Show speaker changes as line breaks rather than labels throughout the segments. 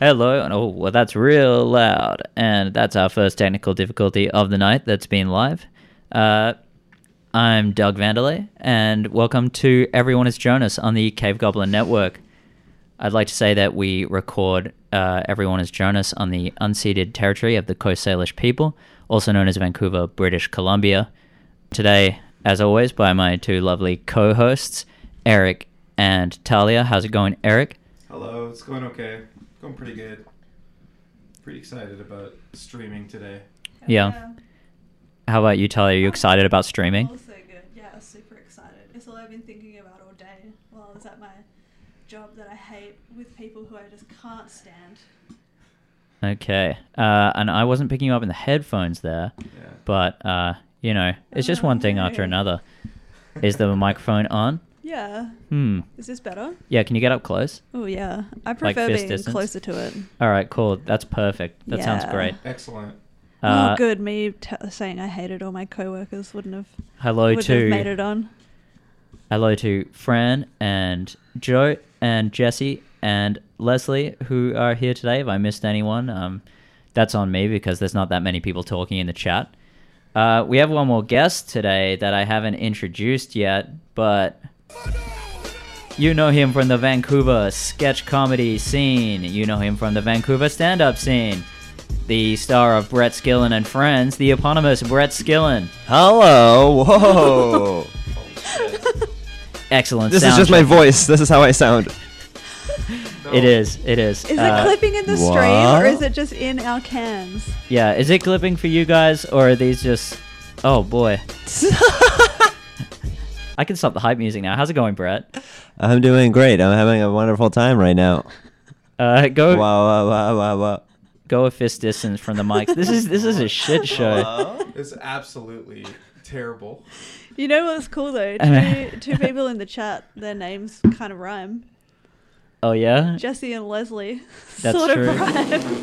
Hello, and oh, well, that's real loud. And that's our first technical difficulty of the night that's been live. Uh, I'm Doug Vanderlei, and welcome to Everyone is Jonas on the Cave Goblin Network. I'd like to say that we record uh, Everyone is Jonas on the unceded territory of the Coast Salish people, also known as Vancouver, British Columbia. Today, as always, by my two lovely co hosts, Eric and Talia. How's it going, Eric?
Hello, it's going okay. Going pretty good. Pretty excited about streaming today.
Yeah. How about you, Talia? Are you excited about streaming?
Also good. Yeah, super excited. It's all I've been thinking about all day while I was at my job that I hate with people who I just can't stand.
Okay. Uh, and I wasn't picking you up in the headphones there,
Yeah.
but uh, you know, it's just one thing after
Okay.
another. Is the microphone on?
Yeah.
Hmm.
Is this better?
Yeah. Can you get up close?
Oh yeah. I
Like
prefer
fist
being
distance?
closer to it.
All right. Cool. That's perfect. That sounds
Yeah.
great.
Excellent.
Uh,
oh, good. Me t- saying I hated all my coworkers wouldn't have.
Hello
wouldn't
to-
have made it on.
Hello to Fran and Joe and Jesse and Leslie who are here today. If I missed anyone, um, that's on me because there's not that many people talking in the chat. Uh, we have one more guest today that I haven't introduced yet, but you know him from the Vancouver sketch comedy scene. You know him from the Vancouver stand up scene. The star of Brett Skillen and Friends, the eponymous Brett Skillen.
Hello. Oh, Whoa.
Excellent
this is just my
soundtrack.
voice. This is how I sound.
No,
It is. It is.
Is
Uh,
it clipping in the stream or is it just in our cans?
Yeah, is it clipping for you guys or are these just Oh boy. I can stop the hype music now. How's it going, Brett?
I'm doing great. I'm having a wonderful time right now.
Uh
Wow,
go
wow, wow, wow, wow.
go a fist distance from the mic. This is this is a shit show.
It's absolutely terrible.
You know what's cool though?
Uh,
Two, two people in the chat, their names kind of rhyme.
Oh yeah?
Jesse and Leslie
That's
sort
true.
of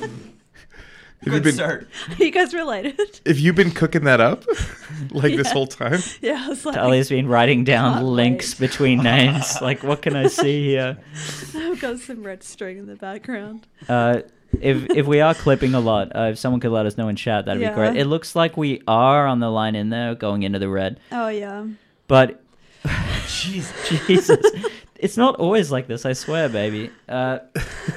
rhyme.
Have you been-
Are you guys related?
Have you been cooking that up like this
Yeah.
whole time?
Yeah, I was like,
Tali's been writing down
Can't wait.
links between names. Like what can I see here?
I've got some red string in the background.
Uh if if we are clipping a lot, uh, if someone could let us know in chat, that'd
Yeah.
be great. It looks like we are on the line in there going into the red.
Oh yeah,
But
Jeez.
Jesus. it's not always like this, I swear, baby. Uh,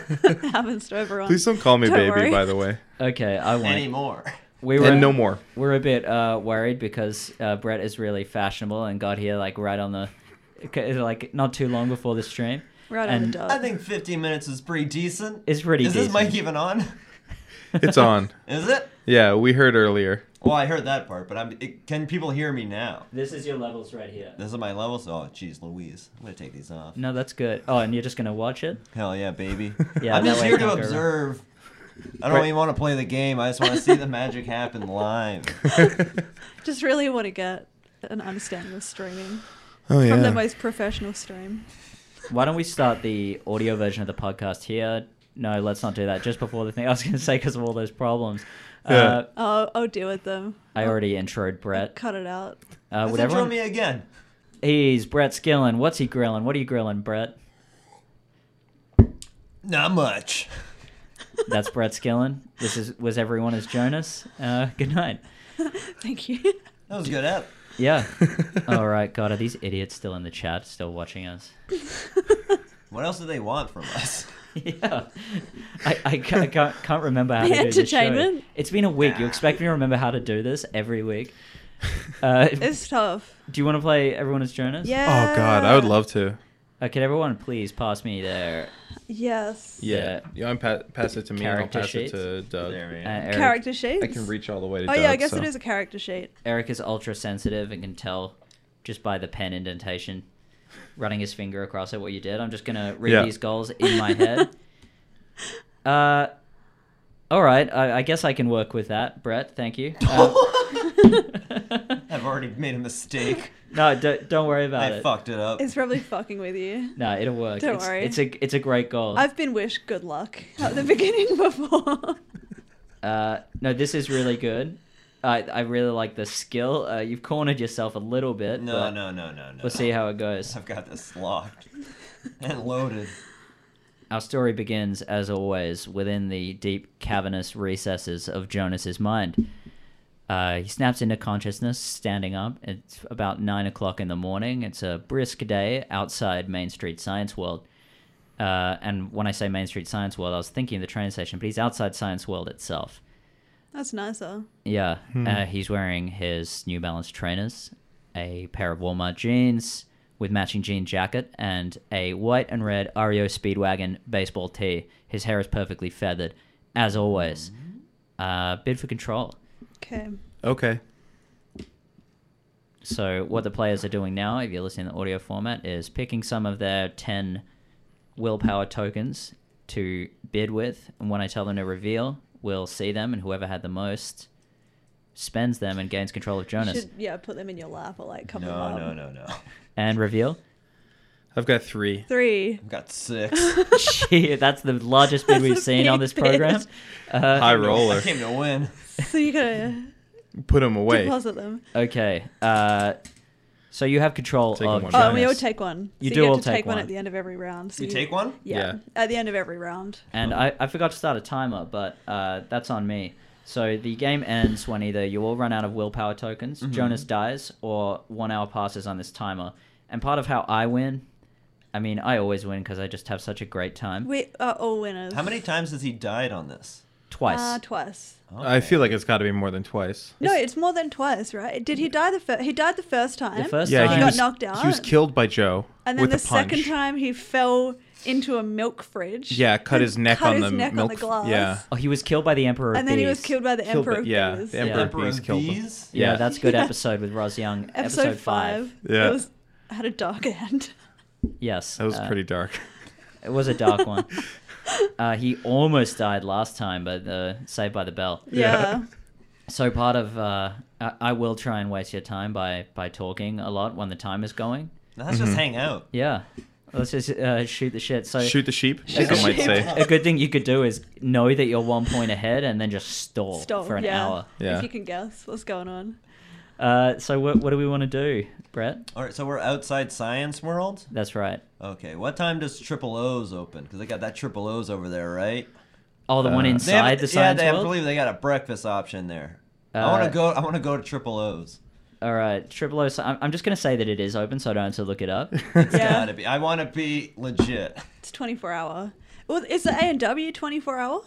it happens to everyone.
Please don't call me
Don't
baby,
worry.
by the way.
okay, I won't.
Anymore.
We were
And no more.
We're a bit uh, worried because uh, Brett is really fashionable and got here like right on the, okay, like not too long before the stream.
Right on
and-
the dot.
I think 15 minutes is pretty decent.
It's pretty.
is this
decent.
mic even on?
It's on.
Is it?
Yeah, we heard earlier.
Well, I heard that part, but I'm. It, can people hear me now?
This is your levels right here.
This is my levels. Oh, jeez, Louise. I'm gonna take these off.
No, that's good. Oh, and you're just gonna watch it?
Hell yeah, baby.
Yeah,
I'm
that
just
way
here
it
to
can't go wrong.
observe. I don't
Right.
even want to play the game. I just want to see the magic happen live.
Uh,
Just really want to get an understanding of streaming
Oh
from the
yeah.
most professional stream.
Why don't we start the audio version of the podcast here? No, let's not do that. Just before the thing, I was gonna say because of all those problems. Uh,
Oh, I'll deal with them.
I already introed Brett.
Cut it out.
Uh,
Let's
would
intro
everyone?
me again.
He's Brett Skillen. What's he grilling? What are you grilling, Brett?
Not much.
That's Brett Skillen. This is was everyone as Jonas. Uh, good night.
Thank you.
That was good app.
Yeah. All right. God, are these idiots still in the chat, still watching us?
What else do they want from us?
Yeah. I, I, ca- I can't, can't remember how to
The
do this show.
entertainment?
It's been a week. You expect me to remember how to do this every week? Uh,
It's tough.
do you want to play Everyone is Jonas?
Yeah.
Oh god, I would love to.
Uh, could everyone please pass me their
Yes.
Yeah.
Yeah. Yeah, I'm pa- pass it to me and I'll
Character
pass
sheets?
it to Doug.
There we
uh,
go.
Eric,
Character sheets.
I can reach all the way to
Oh
Doug.
yeah, I guess
so-
it is a character sheet.
Eric is ultra sensitive and can tell just by the pen indentation, running his finger across it, what you did. I'm just going to read
Yeah.
these goals in my head. Uh, all right. I, I guess I can work with that, Brett. Thank you. Uh,
I've already made a mistake.
no, don't, don't worry about
I
it.
fucked it up.
It's probably fucking with you.
No, it'll work.
Don't
it's,
worry.
It's a it's a great goal.
I've been wished good luck at the beginning before.
Uh, no, this is really good. I I really like the skill. Uh, you've cornered yourself a little bit.
No,
but
no, no, no, no.
We'll see how it goes.
I've got this locked and loaded.
Our story begins, as always, within the deep, cavernous recesses of Jonas's mind. Uh, he snaps into consciousness, standing up. It's about nine o'clock in the morning. It's a brisk day outside Main Street Science World. Uh, and when I say Main Street Science World, I was thinking the train station, but he's outside Science World itself.
That's nicer.
Yeah, uh, he's wearing his New Balance trainers, a pair of Walmart jeans with matching jean jacket, and a white and red REO Speedwagon baseball tee. His hair is perfectly feathered, as always. Uh, bid for control.
Okay.
Okay.
So what the players are doing now, if you're listening to the audio format, is picking some of their ten willpower tokens to bid with, and when I tell them to reveal, we'll see them, and whoever had the most spends them and gains control of Jonas.
You should, yeah, put them in your lap or like cover them
No,
up.
no, no, no.
And reveal.
I've got three.
Three.
I've got six.
Gee, that's the largest bid
That's
we've
a
seen on
big
this program.
bid.
Uh,
High roller.
I came to win.
So you gotta
Put them away.
deposit them.
Okay. Uh, so you have control
Taking
of.
one.
Oh, and we all
Jonas.
take one.
You
so
do
you
all
get to
take
take one.
one.
at the end of every round. So
You take one?
Yeah,
Yeah.
At the end of every round.
And I, I forgot to start a timer, but uh, that's on me. So the game ends when either you all run out of willpower tokens,
Mm-hmm.
Jonas dies, or one hour passes on this timer. And part of how I win, I mean, I always win because I just have such a great time.
We are all winners.
How many times has he died on this?
Twice.
Uh, twice.
I feel like it's got to be more than twice.
No,
It's-
it's more than twice, right? Did he die the first? He died the first time.
first
Yeah,
time-
he
Got
was,
knocked
He was
out.
killed by Joe
And then
with
the
a punch.
second time he fell into a milk fridge.
Yeah, cut
and
his neck
cut
on
his
the
neck on
milk
the
f-
glass.
yeah.
oh, he was killed by the Emperor of
And then he was
Bees.
killed by the
Killed by-
Emperor of
yeah,
Bees.
the Emperor
Yeah.
of Bees killed him.
bees?
Yeah,
Yeah.
that's good
Yeah.
episode with Roz Young.
Episode, five.
Yeah.
It was, had a dark end.
Yes.
That was
uh,
pretty dark.
It was a dark one. Uh, he almost died last time, but uh, Saved by the Bell.
Yeah.
So part of uh, I, I will try and waste your time by by talking a lot when the time is going.
Now let's
Mm-hmm.
just hang out.
Yeah, let's just uh, shoot the shit. So
Shoot the sheep,
a good-
some might say.
a good thing you could do is know that you're one point ahead and then just stall,
Stop.
for an
yeah.
hour.
Yeah.
If you can guess what's going on.
Uh, so what what do we want to do, Brett?
All right, so we're outside Science World.
That's right.
Okay, what time does Triple O's open? Because they got that Triple O's over there, right?
Oh, the one
Uh,
They have-
inside the
yeah,
science
they, I
world.
believe they got a breakfast option there.
Uh,
I want to go. I want to go to Triple O's.
All right, triple O. So I'm, I'm just gonna say that it is open, so I don't have to look it up.
It's
Yeah.
gotta be. I want to be legit.
It's 24 hour. Well, is the A and W 24 hour?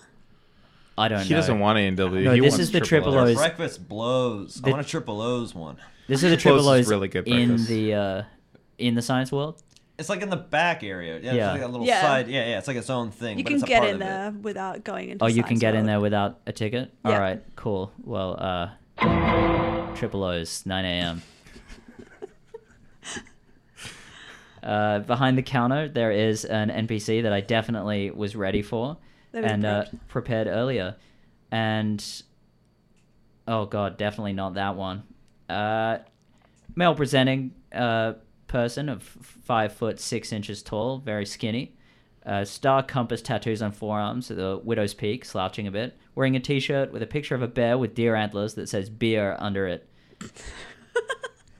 I don't
He
know.
doesn't want A and W. E.
No,
he
this
wants
is the Triple
O.
O's.
breakfast blows.
The-
I want a Triple O's one.
This is the
Close
triple
is
O's
really good
in
breakfast.
the uh, in the science world.
It's like in the back area. Yeah,
Yeah.
It's like a little
Yeah.
side. Yeah, yeah. It's like its own thing.
You
but
can
it's a
get
part
in
of it.
there without going into
Oh, you can
science
get in
mode.
there without a ticket. All
Yeah.
right, cool. Well, uh, triple O's, nine a.m. Uh, behind the counter, there is an NPC that I definitely was ready for
That was
and uh,
prepped.
prepared earlier, and oh god, definitely not that one. Uh, male presenting uh, person of f- five foot six inches tall, very skinny. Uh, star compass tattoos on forearms at the widow's peak, slouching a bit. Wearing a t-shirt with a picture of a bear with deer antlers that says beer under it.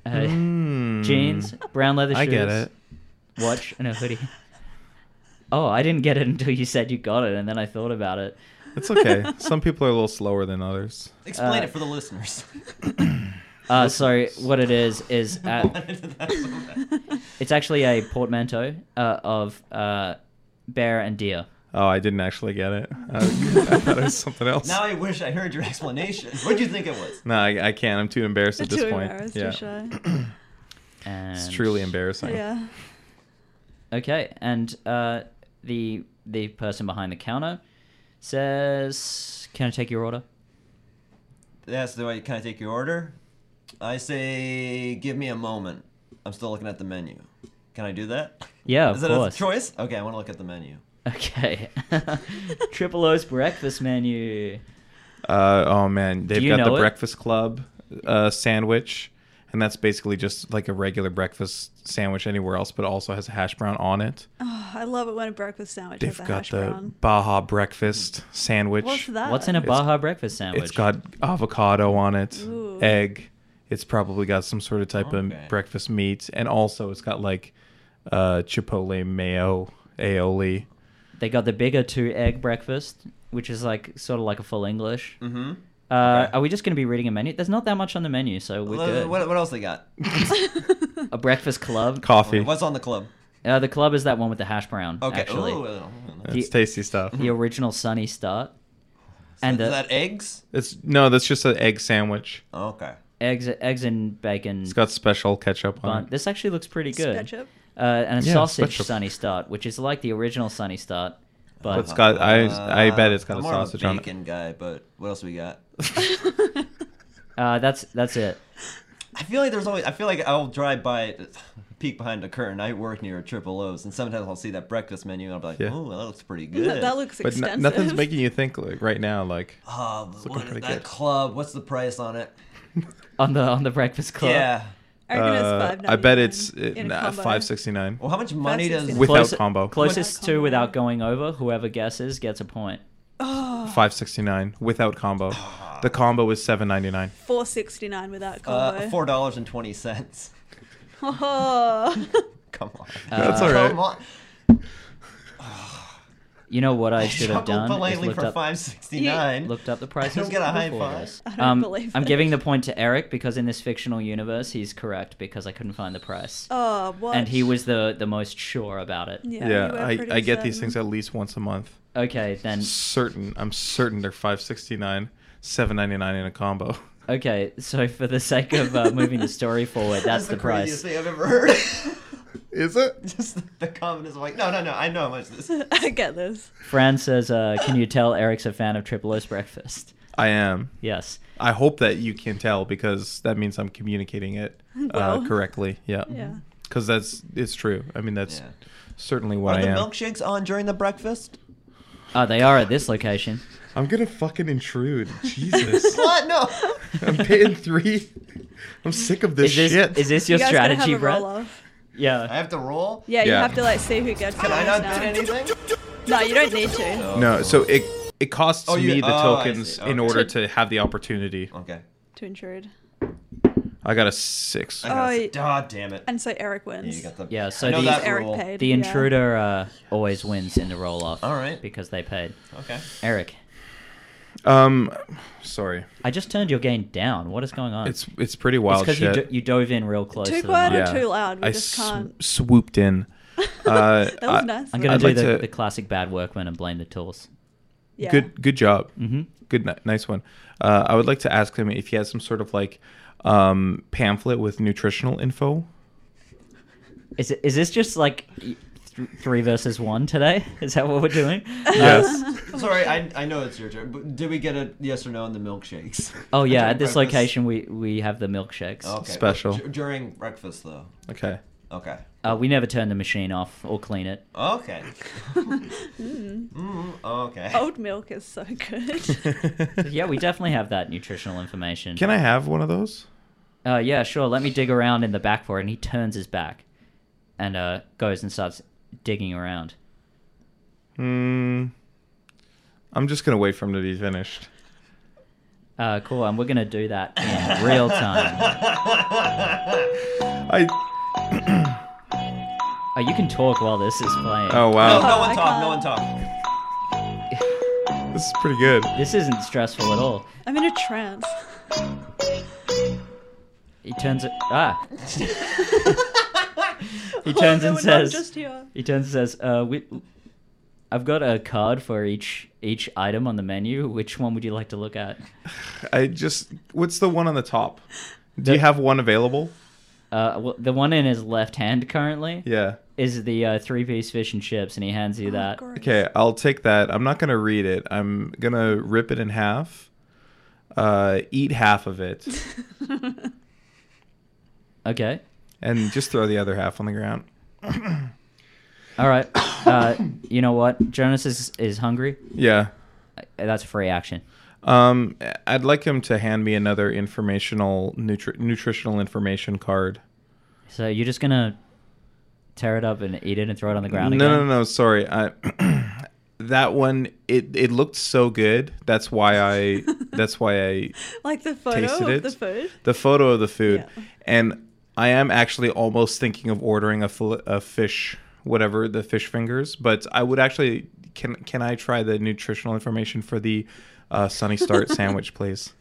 Uh,
Mm.
Jeans, brown leather shoes,
I get it.
watch, and a hoodie. Oh, I didn't get it until you said you got it, and then I thought about it.
It's okay. Some people are a little slower than others.
Explain
Uh,
it for the listeners.
Uh, so what it is is
I
uh,
wanted that so bad.
it's actually a portmanteau uh, of uh, bear and deer.
Oh, I didn't actually get it. I, I thought it was something else.
now I wish I heard your explanation. What do you think it was?
no, I, I can't. I'm too embarrassed at
Too
this point.
embarrassed,
yeah,
too shy.
And
it's truly embarrassing.
yeah.
Okay, and uh, the the person behind the counter says, "Can I take your order?"
Yes. Do I? Can I take your order? I say, give me a moment. I'm still looking at the menu. Can I do that?
Yeah, of
Is it
course.
a choice? Okay, I want to look at the menu.
Okay, Triple O's breakfast menu.
Uh, oh man, they've
you
got the
know it?
Breakfast Club uh, sandwich, and that's basically just like a regular breakfast sandwich anywhere else, but also has a hash brown on it.
Oh, I love it when a breakfast sandwich
They've
has a
got
hash
the
brown.
Baja breakfast sandwich.
What's
Ah.
that?
What's in a
It's-
Baja breakfast sandwich?
It's got avocado on it,
Ooh.
egg. It's probably got some sort of type
Okay.
of breakfast meat, and also it's got like uh, chipotle mayo aioli.
They got the bigger two egg breakfast, which is like sort of like a full English.
Mm-hmm.
Uh, Are we just going to be reading a menu? There's not that much on the menu, so we're good.
What, what else they got?
a breakfast club.
Coffee.
What's on the club?
Uh, the club is that one with the hash brown.
Okay.
Actually,
Ooh, uh,
It's
The- Mm-hmm.
tasty stuff.
the original Sunny Start
is
and the
that eggs? Oh,
It's no, that's just an egg sandwich.
Okay.
eggs, eggs and bacon.
It's got special ketchup on
bun.
it.
This actually looks pretty good.
Ketchup.
Uh, and a
Yeah,
sausage
special.
Sunny Start, which is like the original Sunny Start,
But
but
it's got- I- I bet it's got
Uh, I'm
a
more
sausage
of a
on it.
bacon guy, but what else we got?
uh, that's that's it.
I feel like there's always. I feel like I'll drive by, peek behind a curtain. I work near Triple O's, and sometimes I'll see that breakfast menu, and I'll be like,
Yeah.
"Oh, that looks pretty good."
That, that looks
But no-
extensive.
nothing's making you think like right now like
Oh,
looking
what is that
pretty good.
club? What's the price on it?
On the on the Breakfast Club,
Yeah.
I reckon it's
uh,
$5.99
I bet it's
in a combo.
five sixty nine.
Well, how much money does
$5.69.
Without
Close-
combo.
closest
Without
to
combo.
without going over, whoever guesses gets a point.
Oh,
Five sixty nine without combo.
Ah.
The combo is seven ninety nine.
four sixty nine without combo.
uh, four dollars and twenty cents?
Oh.
Come on.
That's
all right.
Come on.
You know what I should have
Chuckle
done? Is
politely
looked
for
up,
five sixty nine.
looked up the prices.
I don't get a high
before
five.
this.
I don't
Um,
believe
I'm
it.
giving the point to Eric because in this fictional universe, he's correct because I couldn't find the price,
oh, what?
and he was the the most sure about it.
Yeah,
Yeah,
you were
I,
pretty
I get these
certain.
things at least once a month.
Okay, then.
certain. I'm certain they're five sixty nine, seven ninety nine in a combo.
Okay, so for the sake of uh, moving the story forward, that's, the, price.
craziest thing I've ever heard.
Is it?
Just the, the comment is like, no, no, no. I know how much this. Is.
I get this.
Fran says, uh, "Can you tell Eric's a fan of Triple O's breakfast?"
I am.
Yes.
I hope that you can tell because that means I'm communicating it uh,
Well.
correctly. Yeah.
Yeah.
Because that's it's true. I mean that's
Yeah.
certainly what
Are
I
the
am.
milkshakes on during the breakfast?
Oh, they are at this location.
I'm gonna fucking intrude. Jesus.
What? No.
I'm paying three. I'm sick of this,
is this
shit.
is this
You
your
guys gotta
strategy,
have a
Brett?
roll-off.
Yeah.
I have to roll.
Yeah, you
Yeah.
have to like see who gets.
Can I
bonus
not
now.
do anything?
No, you don't need to.
no, so it it costs
Oh, you-
me the
oh, I
tokens
see.
in
Okay.
order to have the opportunity.
Okay.
To intrude.
I got a six.
I got
Oh,
it.
you-
Ah, damn it.
And so Eric
Yeah,
wins.
you got the.
Yeah, so
I know
the-
that
Eric
rule.
paid.
The
yeah.
intruder uh, always wins in the roll off.
All right.
Because they paid.
Okay.
Eric,
Um, sorry.
I just turned your gain down. What is going on?
It's it's pretty wild
because you,
shit.
do- you dove in real close.
Too
to the
quiet
mic.
or too loud? We
I
just
sw-
can't.
swooped in. Uh,
That was
I-
nice.
I'm gonna
I'd
do
like
the,
to-
the classic bad workman and blame the tools.
Yeah.
Good good job.
Mm-hmm.
Good ni- nice one. Uh, I would like to ask him if he has some sort of like um, pamphlet with nutritional info.
Is it, is this just like th- three versus one today? Is that what we're doing? Uh,
Yes.
Sorry, I, I know it's your turn. But did we get a yes or no on the milkshakes?
Oh yeah,
During
at this
breakfast?
location we we have the milkshakes.
Oh.
Okay.
Special.
Dur- during breakfast though.
Okay.
Okay.
Uh, we never turn the machine off or clean it.
Okay.
Mm.
Mm, okay.
Oh.
Old milk is so good.
Yeah, we definitely have that nutritional information.
Can I have one of those?
Uh, yeah, sure. Let me dig around in the back for it. And he turns his back, and uh, goes and starts digging around.
Hmm. I'm just gonna wait for him to be finished.
Uh, cool. And we're gonna do that in real time.
I.
Uh, you can talk while this is playing.
Oh
No,
wow,
no one
I
talk. No
can't.
one talk.
this is pretty good.
This isn't stressful at all.
I'm in a trance.
He turns it. Ah. he turns
Oh, no, we're
and
not
says.
Just here.
He turns and says, uh, we, I've got a card for each each item on the menu. Which one would you like to look at?
I just. What's the one on the top? Do you have one available?
Uh, well, the one in his left hand currently
Yeah.
is the uh, three piece fish and chips, and he hands
Oh,
you that.
Gross.
Okay, I'll take that. I'm not gonna read it. I'm gonna rip it in half. Uh, eat half of it
Okay.
and just throw the other half on the ground.
All right. Uh, you know what? Jonas is, is hungry.
Yeah.
Uh, That's a free action.
Um, I'd like him to hand me another informational nutri- nutritional information card.
So you're just going to tear it up and eat it and throw it on the ground
no,
again?
no, no. Sorry. I, that one. It it looked so good. That's why I. that's why I
Like the photo
Tasted
of
it.
the food.
the photo of the food,
Yeah.
and I am actually almost thinking of ordering a, fil- a fish, whatever the fish fingers. But I would actually Can can I try the nutritional information for the uh, Sunny Start sandwich, please?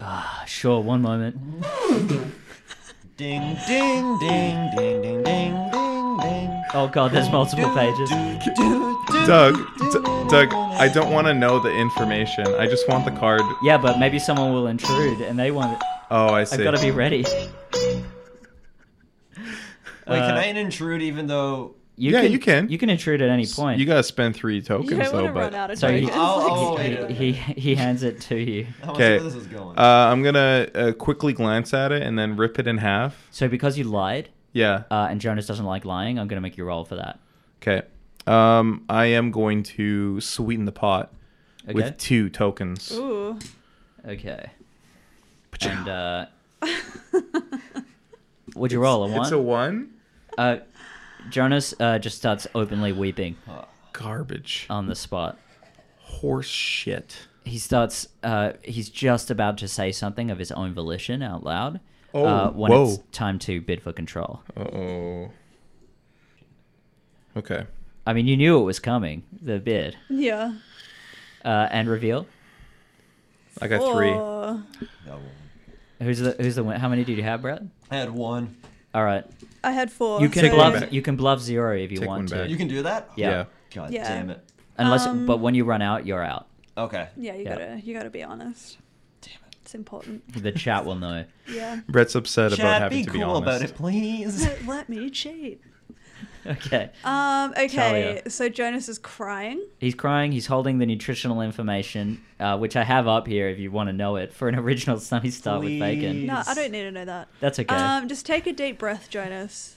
Ah, sure. One moment.
Ding, ding, ding, ding, ding, ding, ding, ding.
Oh god, there's multiple pages.
Doug, D- Doug, I don't want to know the information. I just want the card.
Yeah, but maybe someone will intrude, and they want.
Oh, I
I've
see.
got to be ready.
Wait, can
Uh,
I intrude even though?
You
Yeah,
can,
you can.
You can intrude at any point.
You gotta spend three
You
tokens
don't want
though,
to
but
run out of
So you-
tokens.
I'll-
like,
I'll-
straight
I'll-
away.
he, he he hands it to you.
I want to see
okay.
where this is going.
Uh, I'm gonna uh, quickly glance at it and then rip it in half.
So because you lied,
Yeah.
uh, and Jonas doesn't like lying, I'm gonna make you roll for that.
Okay. Um, I am going to sweeten the pot
Okay.
with two tokens.
Ooh.
okay. And uh, would you roll a one?
It's a one.
Uh, Jonas uh, just starts openly weeping
Garbage.
on the spot.
Horse shit.
He starts. Uh, he's just about to say something of his own volition out loud.
Oh,
uh, when
whoa.
it's time to bid for control.
Uh oh. Okay.
I mean, you knew it was coming. The bid
Yeah.
uh, and reveal.
I got
Oh,
three.
Oh.
Or-
No.
Who's the who's the win- how many did you have, Brad?
I had one.
All right,
I had four.
you can
Take
so-
one
bluff
back.
you can bluff zero if you
Take one
want
back.
to,
You can do that.
Yeah.
God
Yeah.
damn it.
unless
Um,
but when you run out, you're out.
Okay.
Yeah, you
Yeah.
gotta you gotta be honest.
Damn it.
It's important.
The chat will know.
Yeah.
Brett's upset about
Chad,
having
be
to
cool
be honest.
about it, please.
Let, let me cheat.
Okay,
Um. Okay.
Talia.
So Jonas is crying.
he's crying. He's holding the nutritional information, uh, which I have up here if you want to know it for an original Sunny Star with bacon.
No, I
Yes.
don't need to know that.
That's okay.
Um. Just take a deep breath, Jonas.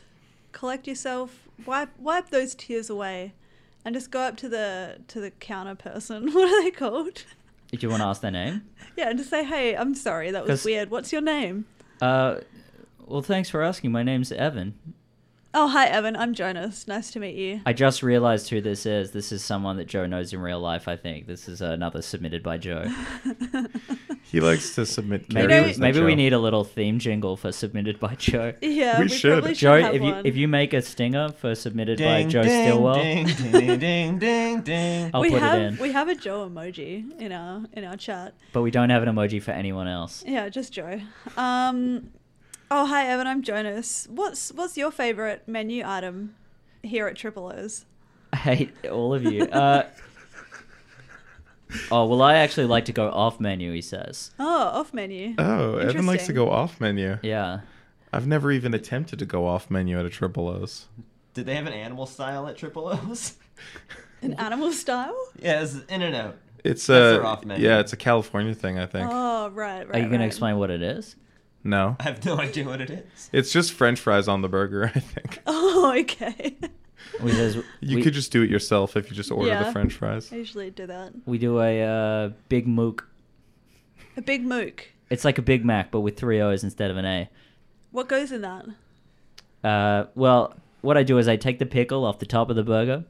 Collect yourself. Wipe wipe those tears away, and just go up to the to the counter person. What are they called?
Did you want to ask their name?
Yeah, and just say, hey, I'm sorry, that
'Cause-
was weird. What's your name?
Uh, well, thanks for asking. My name's Evan.
Oh, hi, Evan. I'm Jonas. Nice to meet you.
I just realized who this is. This is someone that Joe knows in real life. I think this is another submitted by Joe.
He likes to submit
Maybe
characters.
maybe we need a little theme jingle for submitted by Joe.
Yeah,
We
we,
should.
probably should
Joe,
have
if you
one.
if you make a stinger for submitted by
Ding,
Joe
ding,
Stillwell, Oh.
Ding, ding, ding, ding, ding.
I'll
we
put
have
it in.
we have a Joe emoji in our in our chat.
But we don't have an emoji for anyone else.
Yeah, just Joe. Um, oh hi Evan, I'm Jonas. What's what's your favorite menu item here at Triple O's?
I hate all of you. Uh, oh well, I actually like to go off menu. He says,
Oh, off menu.
Oh, Evan likes to
Interesting.
go off menu.
"Yeah,
I've never even attempted to go off menu at a triple O's.
Did they have an animal style at Triple O's?
An animal style?
yeah, it's in and out.
It's
That's their
a
off menu.
yeah, it's a California thing, I think.
Oh right, right.
are you going
right.
to explain what it is?"
no,
I have no idea what it is.
it's just French fries on the burger. I think
Oh, okay.
We says
you
we,
could just do it yourself if you just order the
Yeah.
French fries.
I usually do that.
we do a uh, big mook.
A big mook.
It's like a Big Mac, but with three O's instead of an A.
What goes in that?
Uh, well, what I do is I take the pickle off the top of the burger,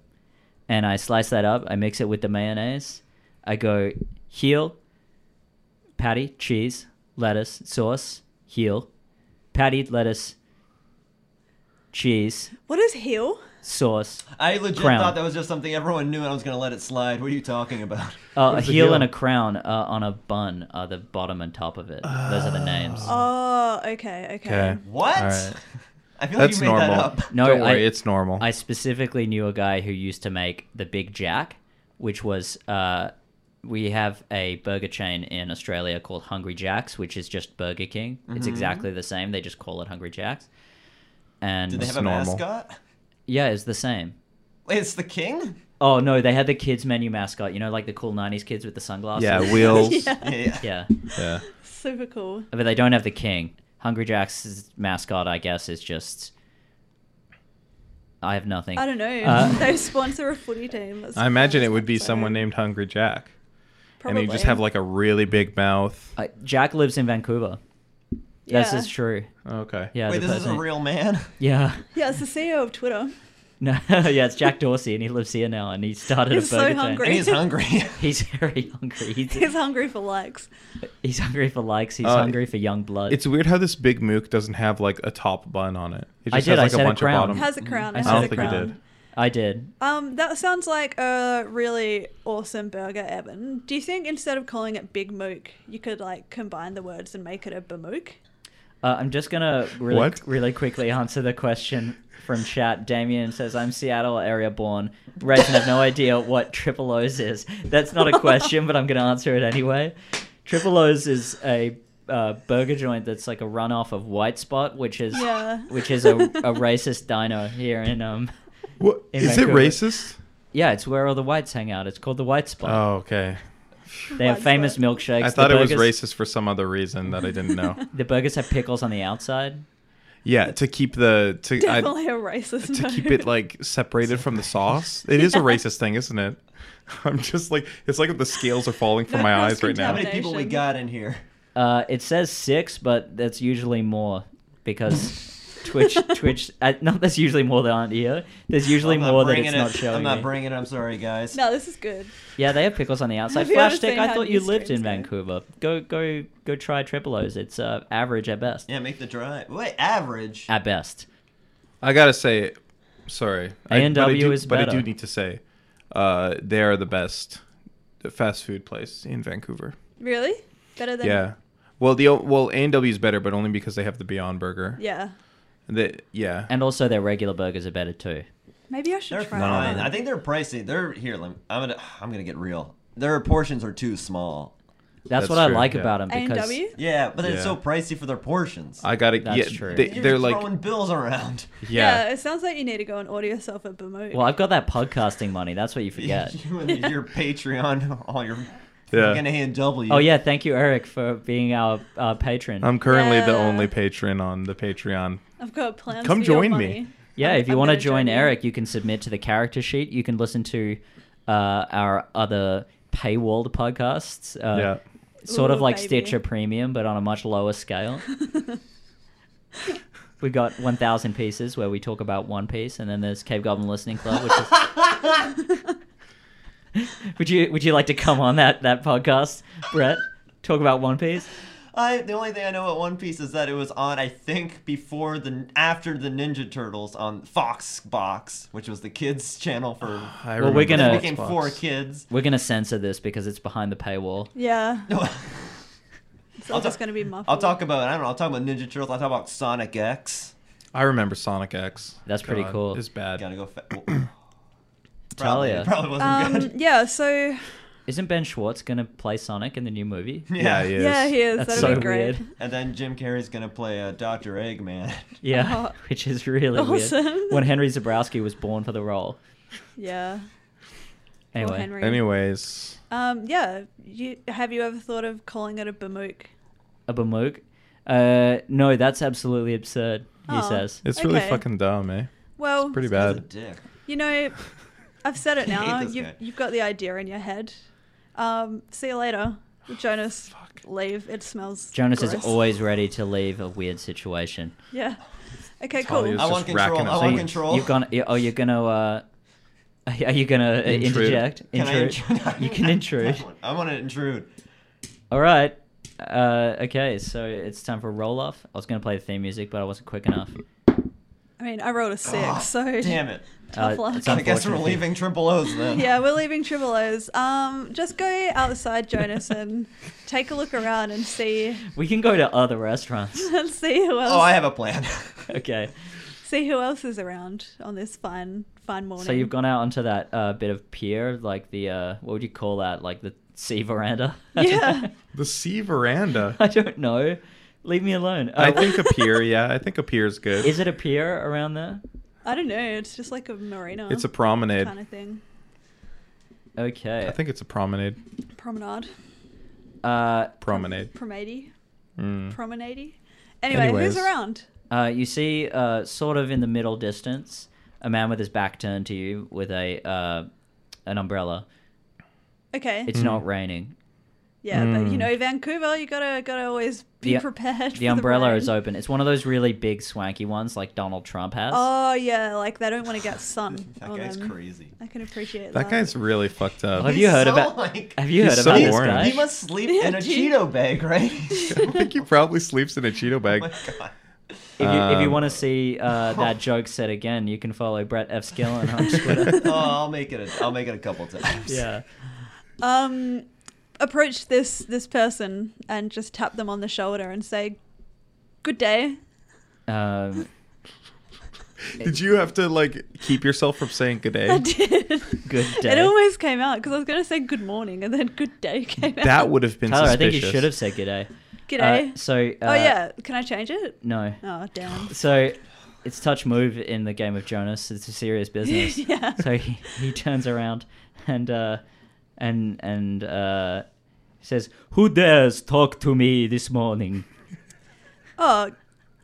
and I slice that up. I mix it with the mayonnaise. I go heel, patty, cheese, lettuce, sauce, heel, patty, lettuce, cheese,
What is heel?
sauce.
I legit
Crown.
thought that was just something everyone knew, and I was gonna let it slide. What are you talking about?
Uh, a
What's the
heel
heel?
and a crown uh, on a bun are the bottom and top of it. Those are the names.
Oh, okay, okay.
Mm. Okay,
What?
Alright.
I
Oh,
feel
that's
like you made
normal.
that up.
No,
don't worry,
I-
it's normal.
I specifically knew a guy who used to make the Big Jack, which was uh, we have a burger chain in Australia called Hungry Jacks, which is just Burger King.
Mm-hmm.
It's exactly the same. They just call it Hungry Jacks, and
Did they have a
normal.
mascot?
yeah, it's the same.
Wait, it's the king.
Oh no, they had the kids menu mascot. You know, like the cool '90s kids with the sunglasses.
yeah, wheels. yeah.
Yeah.
Yeah.
yeah,
Super cool.
but they don't have the king. Hungry Jacks' mascot, I guess, is just. I have nothing.
I don't know.
Uh,
they sponsor a footy team. That's
I imagine it would be
so-
someone named Hungry Jack,
Probably.
and you just have like a really big mouth.
Uh, Jack lives in Vancouver. This
Yeah.
is true.
Okay.
Yeah.
Wait,
the
this is a
person-
real man.
Yeah.
Yeah, it's the CEO of Twitter.
No. yeah, it's Jack Dorsey, and he lives here now, and he started
He's
a
so
burger
hungry.
chain.
And he's hungry.
He's very hungry. He's,
He's hungry for likes.
he's hungry for likes. He's
Uh,
hungry for young blood.
It's weird how this big mook doesn't have like a top bun on it. It
I
just
did, I
has like
said
a
a
bunch of
crown.
bottom.
Has a crown.
I
it
Um, I
has
don't
a
think
crown.
you did.
I did.
Um, that sounds like a really awesome burger, Evan. Do you think instead of calling it Big Mook, you could like combine the words and make it a Bamook?
Uh, I'm just gonna really,
What?
really quickly answer the question from chat. Damien says, "I'm Seattle area born. Raised and have no idea what triple O's is. That's not a question, but I'm gonna answer it anyway. Triple O's is a uh, burger joint that's like a runoff of White Spot, which is
Yeah.
which is a, a racist diner here in um.
What
In
is
Vancouver.
it racist?
Yeah, it's where all the whites hang out. It's called the White Spot.
Oh, okay.
they have
White
famous
Spot.
milkshakes.
I thought
the
it was
burgers-
racist for some other reason that I didn't know.
The burgers have pickles on the outside.
yeah, to keep the to I,
Definitely a racist.
to
mode.
keep it like separated from the sauce. It is a
Yeah.
racist thing, isn't it? I'm just like it's like the scales are falling from
The
my eyes right
How
now.
many people we
Combination.
got in here?
Uh, it says six, but that's usually more because Twitch, Twitch. Uh, no, there's usually more that aren't here. There's usually
I'm not
more that
bringing
it's
it.
not showing.
I'm not
me.
bringing it. I'm sorry, guys.
No, this is good.
Yeah, they have pickles on the outside.
Have you ever
Flashstick,
seen
I
how
thought
new
you lived
streams
in
go?
Vancouver. Go, go, go! Try Triple O's. It's uh, average at best.
Yeah, make the drive. Wait, average.
At best.
I gotta say, sorry. I- but I
A&W
do-
is
but I
better.
do need to say, uh, they are the best fast food place in Vancouver.
Really? Better than
yeah. Well, the o- well A and W is better, but only because they have the Beyond Burger.
Yeah.
The, yeah.
And also, their regular burgers are better too.
Maybe I should
They're
try.
fine.
that.
I think they're pricey. They're here. Let me, I'm gonna. I'm gonna get real. Their portions are too small.
That's,
That's
what I
true,
like
yeah.
about 'em about them because
A&W?
Yeah, but
Yeah.
it's so pricey for their portions.
I got it.
That's
yeah,
true.
They,
You're
they're like
throwing bills around.
yeah.
It sounds like you need to go and order yourself a Bamook.
well, I've got that podcasting money. That's what you forget.
you and your Patreon, all your
Yeah.
fucking A and W.
oh yeah, thank you, Eric, for being our, our patron.
I'm currently the
Yeah.
only patron on the Patreon.
I've got plans.
Come
for your
join me.
money.
Yeah,
I'm-
if you
I'm
want to
gonna
join
you.
Eric, you can submit to the character sheet. You can listen to uh, our other paywalled podcasts. Uh,
yeah.
Sort of
Ooh,
like
baby.
Stitcher Premium, but on a much lower scale. we got 1,000 pieces where we talk about One Piece, and then there's Cave Goblin Listening Club, which is. would you Would you like to come on that, that podcast, Brett? Talk about One Piece?
I the only thing I know about One Piece is that it was on I think before the after the Ninja Turtles on Fox Box, which was the kids channel for
I
Well, we're
remember
gonna-
it
the
became
Xbox.
for kids.
We're going to censor this because it's behind the paywall.
Yeah. It's all
I'll
just
ta-
gonna be muffled.
I'll talk about I don't know, I'll talk about Ninja Turtles, I'll talk about Sonic X.
I remember Sonic X.
That's pretty cool.
It's bad.
Gotta go. Fa- probably,
Talia.
probably wasn't
Um.
good.
Yeah. So.
Isn't Ben Schwartz going to play Sonic in the new movie?
Yeah, he is.
Yeah, he is.
That's
That'd
so
be great.
weird.
And then Jim Carrey's gonna play uh, Doctor Eggman.
Yeah,
Uh,
which is really
awesome.
weird. When Henry Zabrowski was born for the role.
Yeah. Or
Anyway,
Henry.
Anyways,
Um. Yeah. You have you ever thought of calling it a Bamook?
a Bamook. Uh, no, that's absolutely absurd. He
Oh.
Aw.
says.
it's really
Okay.
fucking dumb, eh?
Well,
Pretty
He's a
bad.
dick.
you know, I've said it
I hate
now.
this
You've
guy.
you've got the idea in your head. Um. See you later,
Oh,
Jonas. Leave. It smells.
Jonas is
gross.
always ready to leave a weird situation.
Yeah. Okay.
Talia's
Cool.
I want
just racking
control.
it
Oh, I
up.
want
You-
control.
You've gone. Oh, you're gonna. Uh, are you gonna uh,
Intrude.
interject?
Can I
Intrude.
intrude?
you can intrude.
I want to intrude.
All right. Uh, okay, so it's time for roll off. I was gonna play the theme music, but I wasn't quick enough.
I mean, I rolled a six.
Oh,
so
damn it.
Tough
Uh,
luck.
it's
I guess we're
unfortunately-
leaving Triple O's then.
Yeah, we're leaving Triple O's. Um, just go outside, Jonas, and take a look around and see
We can go to other restaurants.
and see who else.
Oh, I have a plan.
okay.
see who else is around on this fine, fine morning.
So you've gone out onto that uh, bit of pier, like the uh, what would you call that? Like the sea veranda?
Yeah.
The sea veranda.
I don't know. Leave me alone.
I
Uh,
think a pier. Yeah, I think a pier is good.
Is it a pier around there?
I don't know. It's just like a marina.
It's a promenade.
kind of thing.
Okay.
I think it's a promenade.
Promenade.
Uh,
Promenade.
Promenade.
Mm.
Promenade. Anyway,
Anyways.
who's around?
uh, you see, uh, sort of in the middle distance, a man with his back turned to you with a uh, an umbrella.
Okay.
It's
Mm-hmm.
not raining.
yeah, but you
Mm.
know Vancouver, you gotta gotta always be
The-
prepared. for
The umbrella
rain.
is open. It's one of those really big, swanky ones, like Donald Trump has.
Oh yeah, like they don't want to get sun.
that
on
guy's
them.
crazy.
I can appreciate that.
That guy's really fucked up.
have you
He's
heard
so,
about?
like-
have you
He's
heard
so
about this
orange.
guy?
He must sleep
Yeah,
in a
gee.
Cheeto bag, right?
I think he probably sleeps in a Cheeto
oh
bag.
my god.
If you, if you
Um,
want to see uh, that joke said again, you can follow Brett F. Skillen on Twitter.
oh, I'll make it. A, I'll make it a couple times.
yeah.
um approach this this person and just tap them on the shoulder and say good day
Um,
Did you have to like keep yourself from saying good
i
day?
did
Good
it
day.
almost came out because i was going to say good morning and then good day came out
That would have been
Tyler, I think
suspicious.
you should have said g'day.
good
Uh,
day
so. Uh,
oh yeah can i change it
No.
oh damn
So it's touch move in the game of Jonas. It's a serious business.
Yeah.
So he, he turns around and uh, and and uh, says, "Who dares talk to me this morning?"
oh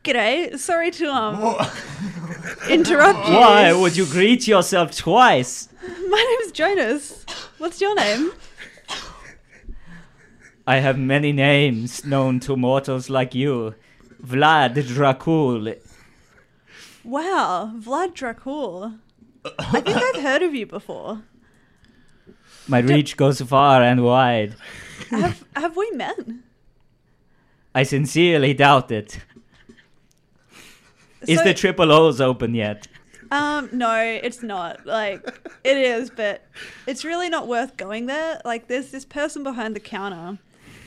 g'day sorry to um
Whoa.
interrupt you
Why would you greet yourself twice?
my name's jonas what's your name
I have many names known to mortals like you. Vlad Dracul.
wow vlad dracul i think i've heard of you before
My reach goes far and wide.
have, have we met
I sincerely doubt it. Is
So-
the triple O's open yet?
Um, no, it's not. Like, it is, but it's really not worth going there. Like, there's this person behind the counter,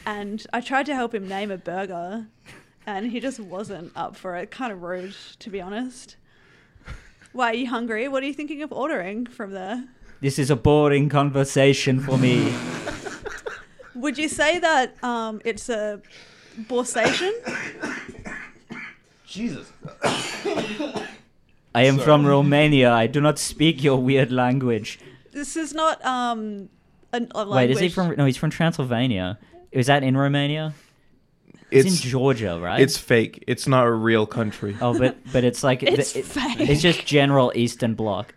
and I tried to help him name a burger, and he just wasn't up for it. Kind of rude, to be honest. Why are you hungry? What are you thinking of ordering from there?
This is a boring conversation for me.
Would you say that um, it's a borsation?
Jesus.
I am
Sorry.
from Romania. I do not speak your weird language.
This is not um, an, a
Wait,
language.
is he from? No, he's from Transylvania. Is that in Romania? It's,
It's
in Georgia, right?
it's fake. It's not a real country.
oh, but but it's like
It's
it-
fake.
It's just general Eastern Bloc.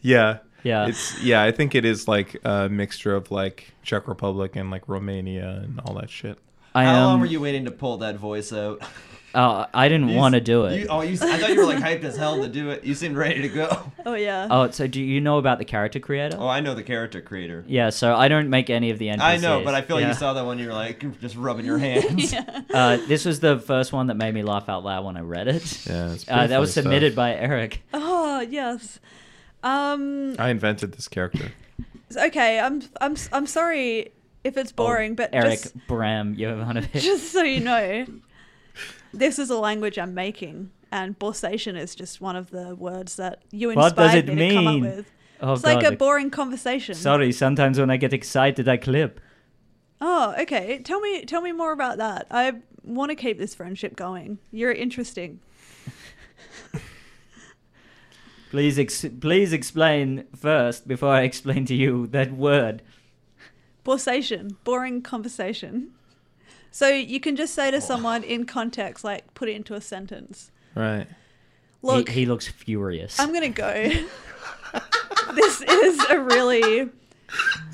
Yeah.
Yeah.
It's yeah, I think it is like a mixture of like Czech Republic and like Romania and all that shit.
I
How long
um,
were you waiting to pull that voice out?
Oh, I didn't
You
want to
s-
do it.
you- oh, you, s- I thought you were like hyped as hell to do it. You seemed ready to go.
Oh, yeah.
oh, so do you know about the character creator?
Oh, I know the character creator.
yeah. So I don't make any of the NPCs.
I know, but I feel like
Yeah.
you saw that one. You were like just rubbing your hands.
yeah.
Uh, this was the first one that made me laugh out loud when I read it.
Yeah, it's
Uh,
pretty
that was
funny
submitted
stuff.
by Eric.
Oh, yes. Um,
I invented this character.
Okay, I'm I'm I'm sorry if it's boring,
Oh,
but
Eric
just
Bram Jovanovic.
just so you know, this is a language I'm making, and borsation is just one of the words that you
What
inspired
does it
me to come up
mean?
with.
oh,
it's
God,
like a
the-
boring conversation.
Sorry, sometimes when I get excited, I clip.
Oh, okay. Tell me tell me more about that. I want to keep this friendship going. You're interesting.
Please, ex- please explain first before I explain to you that word.
Borsation, boring conversation. So you can just
Oh.
say to someone in context, like put it into a sentence.
He-
Right.
Look,
he, looks furious.
I'm gonna go. this is a really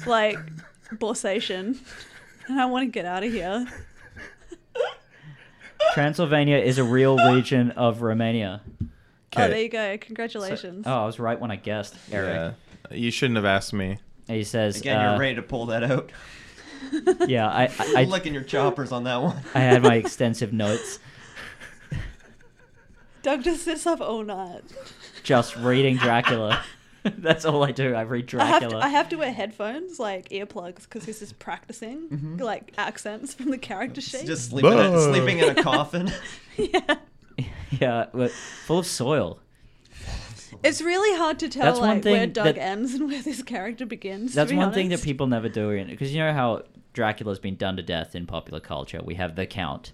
like borsation, and I want to get out of here.
Transylvania is a real region of Romania.
Oh, there
Okay.
you go. Congratulations.
Oh, I was right when I guessed, Eric.
Yeah. Uh, You shouldn't have asked me.
He says,
Again,
uh,
you're ready to pull that out.
oh, "Yeah, I, I, I,
Licking your choppers on that one.
I had my extensive notes,
Doug just sits up all night.
just reading Dracula. That's all I do. I read
I have, to,
Dracula.
I have to wear headphones, like earplugs, because this is practicing
Mm-hmm.
like accents from the character sheet.
Just sleeping, in,
Whoa.
sleeping in a coffin.
yeah,
yeah, but full of soil.
it's really hard to tell
That's one
like where
thing
Doug
that-
ends and where this character begins. to
That's
be
one thing that
honest.
people never do, because you know how Dracula's been done to death in popular culture. We have the Count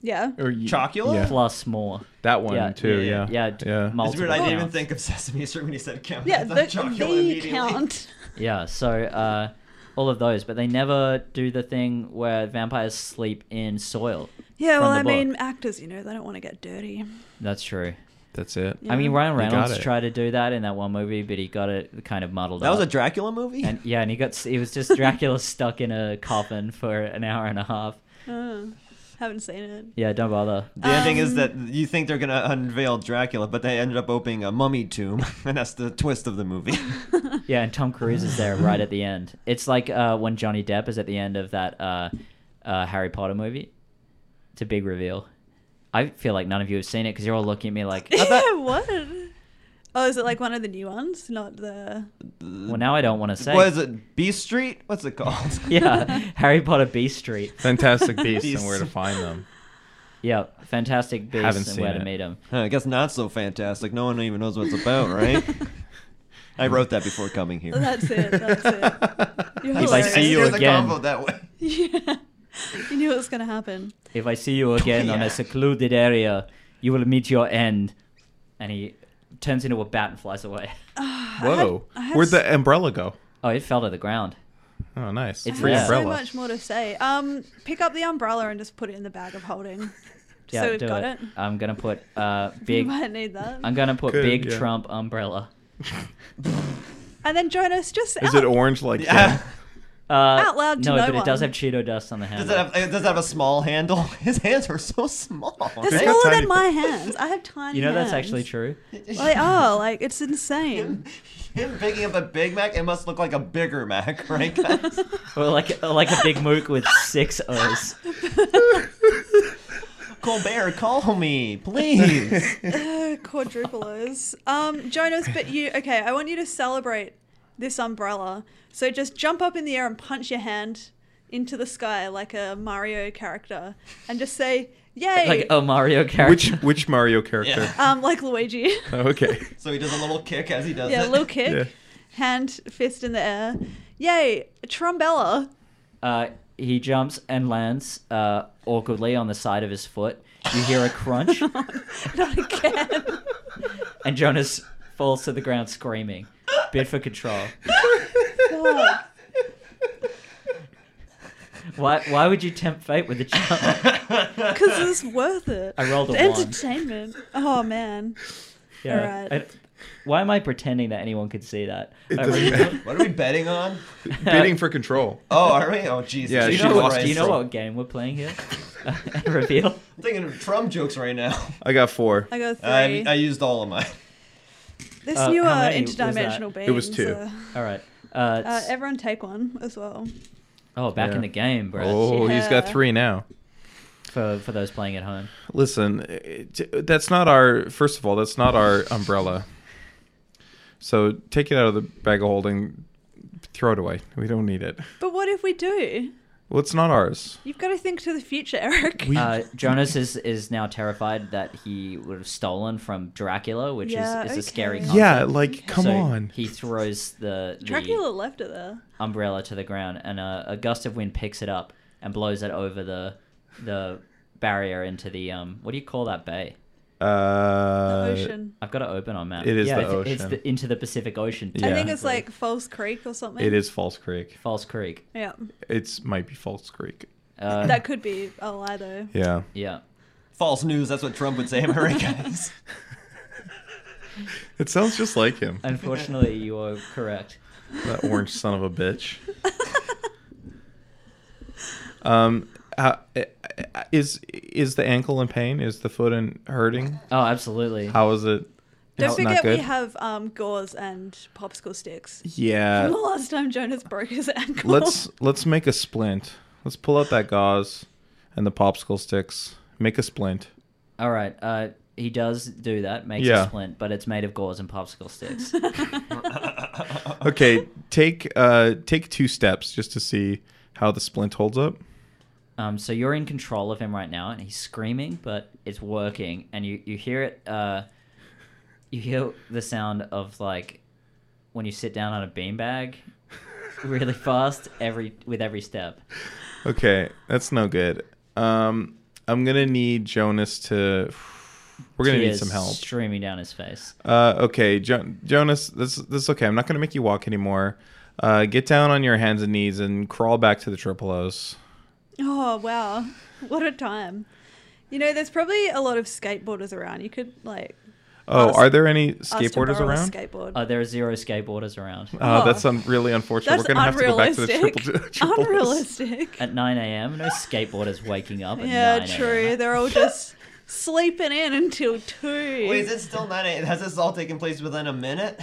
Yeah.
Or you,
Chocula?
Yeah.
plus more.
That one
Yeah,
too.
yeah,
Yeah.
yeah, d-
It's
multiple
weird. I didn't even
counts.
think of Sesame Street when you said count.
Yeah,
I
the,
thought Chocula
the
immediately.
count.
Yeah, so uh, all of those, but they never do the thing where vampires sleep in soil.
Yeah,
from
well,
the
I mean,
book.
actors, you know, they don't want to get dirty.
That's true.
That's it.
I mean, Ryan
You got
Reynolds
it.
tried to do that in that one movie, but he got it kind of muddled
That was a
up.
Dracula movie.
and yeah, and he got s- it was just Dracula stuck in a coffin for an hour and a half.
Uh, haven't seen it.
Yeah, don't bother.
the ending is
Um,
that you think they're gonna unveil Dracula, but they ended up opening a mummy tomb, and that's the twist of the movie.
Yeah, and Tom Cruise is there right at the end. It's like uh, when Johnny Depp is at the end of that uh, uh, Harry Potter movie. It's a big reveal. I feel like none of you have seen it because you're all looking at me like,
I thought-
what? Oh, is it like one of the new ones? Not the.
well, now I don't want to say.
What is it? B Street? What's it called?
Yeah, Harry Potter B Street.
Fantastic Beasts
Beasts.
and where to find them.
Yeah, Fantastic Beasts
Haven't
and
seen
Where to
it.
Meet Them.
Huh, I guess not so fantastic. No one even knows what it's about, Oh, right? I wrote that before coming here.
That's it. That's it. You're
If I
hilarious.
see you
There's a
again-
combo that way.
Yeah. You knew it was gonna happen.
If I see you again on
Yeah.
a secluded area, you will meet your end. And he turns into a bat and flies away.
Whoa.
I have
Where'd
s-
the umbrella go?
Oh, it fell to the ground.
Oh, nice.
It's
Free
there.
umbrella.
So much more to say. Um, pick up the umbrella and just put it in the bag of holding.
Yeah,
so we've
do
got
it.
it.
I'm gonna put uh
You
big.
might need that.
I'm gonna put
Good,
big
yeah.
Trump umbrella.
and then join us just
Is
out.
it orange like
Yeah.
him?
Uh,
Out loud to
No,
no
but it does have
one.
Cheeto dust on the handle.
Does it, have, it does have a small handle. His hands are so small.
They're
They've
They-
got
smaller
tiny
than my hands. I have tiny.
you know that's
hands.
actually true.
Well, they are like oh, it's insane.
Him picking up a Big Mac, it must look like a bigger Mac, right, guys?
Or like like a big mook with six O's.
Colbert, call me, please.
Uh, quadruple O's. Um, Jonas, but you okay? I want you to celebrate this umbrella. So just jump up in the air and punch your hand into the sky like a Mario character, and just say "Yay!"
Like
um,
a Mario character.
Which which Mario character?
Yeah.
um, like Luigi.
Oh, okay.
so he does a little kick as he does
yeah,
it.
little kick,
Yeah.
hand, fist in the air. Yay! Trumbella.
Uh, he jumps and lands uh, awkwardly on the side of his foot. You hear a crunch,
Not again.
and Jonas falls to the ground screaming. Bid for control.
Fuck.
Why? Why would you tempt fate with a jump?
Because it's worth it.
I rolled a
The
one.
entertainment. Oh man.
Yeah.
Alright.
I- why am I pretending that anyone could see that?
It
I
doesn't
really-
matter.
What are we betting on?
Bidding for control.
Oh, are we? Oh, Jesus.
Yeah,
Do you
she
know,
lost
what, do you know
control.
what game we're playing here? Uh, Reveal.
I'm thinking of Trump jokes right now.
I got four.
I go three.
I, I used all of mine.
This
Uh,
new
how
uh,
many was that?
interdimensional being.
It was two.
All right. Uh,
Uh,
s-
everyone take one as well.
oh, back
Yeah.
in the game, bro.
Oh, he's got
Yeah.
three now.
For for those playing at home.
Listen, it, that's not our. First of all, that's not our umbrella. So take it out of the bag of holding, throw it away. We don't need it.
But what if we do?
Well, it's not ours.
You've got to think to the future, Eric.
We-
Uh, Jonas is, is now terrified that he would have stolen from Dracula, which
Yeah,
is, is a scary
okay.
concept.
Yeah, like come
So
on.
He throws the, the
Dracula left it there.
umbrella to the ground, and a, a gust of wind picks it up and blows it over the the barrier into the um. What do you call that bay?
The
uh,
ocean.
I've got it open on map.
It is
yeah,
the
it's, it's
ocean.
the, into the Pacific Ocean.
I
I think
yeah.
it's like False Creek or something.
It is False Creek.
False Creek.
Yeah.
It's might be False Creek.
Uh,
that could be a lie, though.
Yeah.
yeah.
False news, that's what Trump would say, am I right, guys?
It sounds just like him.
Unfortunately, you are correct.
that orange son of a bitch. Um, uh, is is the ankle in pain? Is the foot in hurting?
Oh, absolutely.
How is it?
Don't
it's
forget we have um, gauze and popsicle sticks.
Yeah.
From the last time Jonas broke his ankle.
Let's let's make a splint. Let's pull out that gauze and the popsicle sticks. Make a splint.
All right. Uh, he does do that. Makes
Yeah.
a splint, but it's made of gauze and popsicle sticks.
Okay, take uh take two steps just to see how the splint holds up.
Um, so you're in control of him right now, and he's screaming, but it's working, and you you hear it. Uh, you hear the sound of like when you sit down on a beanbag, really fast every with every step.
Okay, that's no good. Um I'm going to need Jonas to we're going to need
Tears
some help.
Streaming down his face.
Uh, okay, jo- Jonas, this this is okay. I'm not going to make you walk anymore. Uh, get down on your hands and knees and crawl back to the triple O's.
Oh, wow. What a time. You know, there's probably a lot of skateboarders around. You could, like,
Oh,
Ask-
are there any
ask to
skateboarders
borrow a
around?
Skateboard.
Uh, there are zero skateboarders around.
Uh,
Oh.
that's un- really unfortunate.
That's
We're gonna have to go back to the
unrealistic.
triple. triple
Unrealistic.
At 9 a.m., no skateboarders waking up. At
Yeah,
9
true.
a.m..
They're all just sleeping in until two.
Wait, is it still 9 a.m.? Has this all taken place within a minute?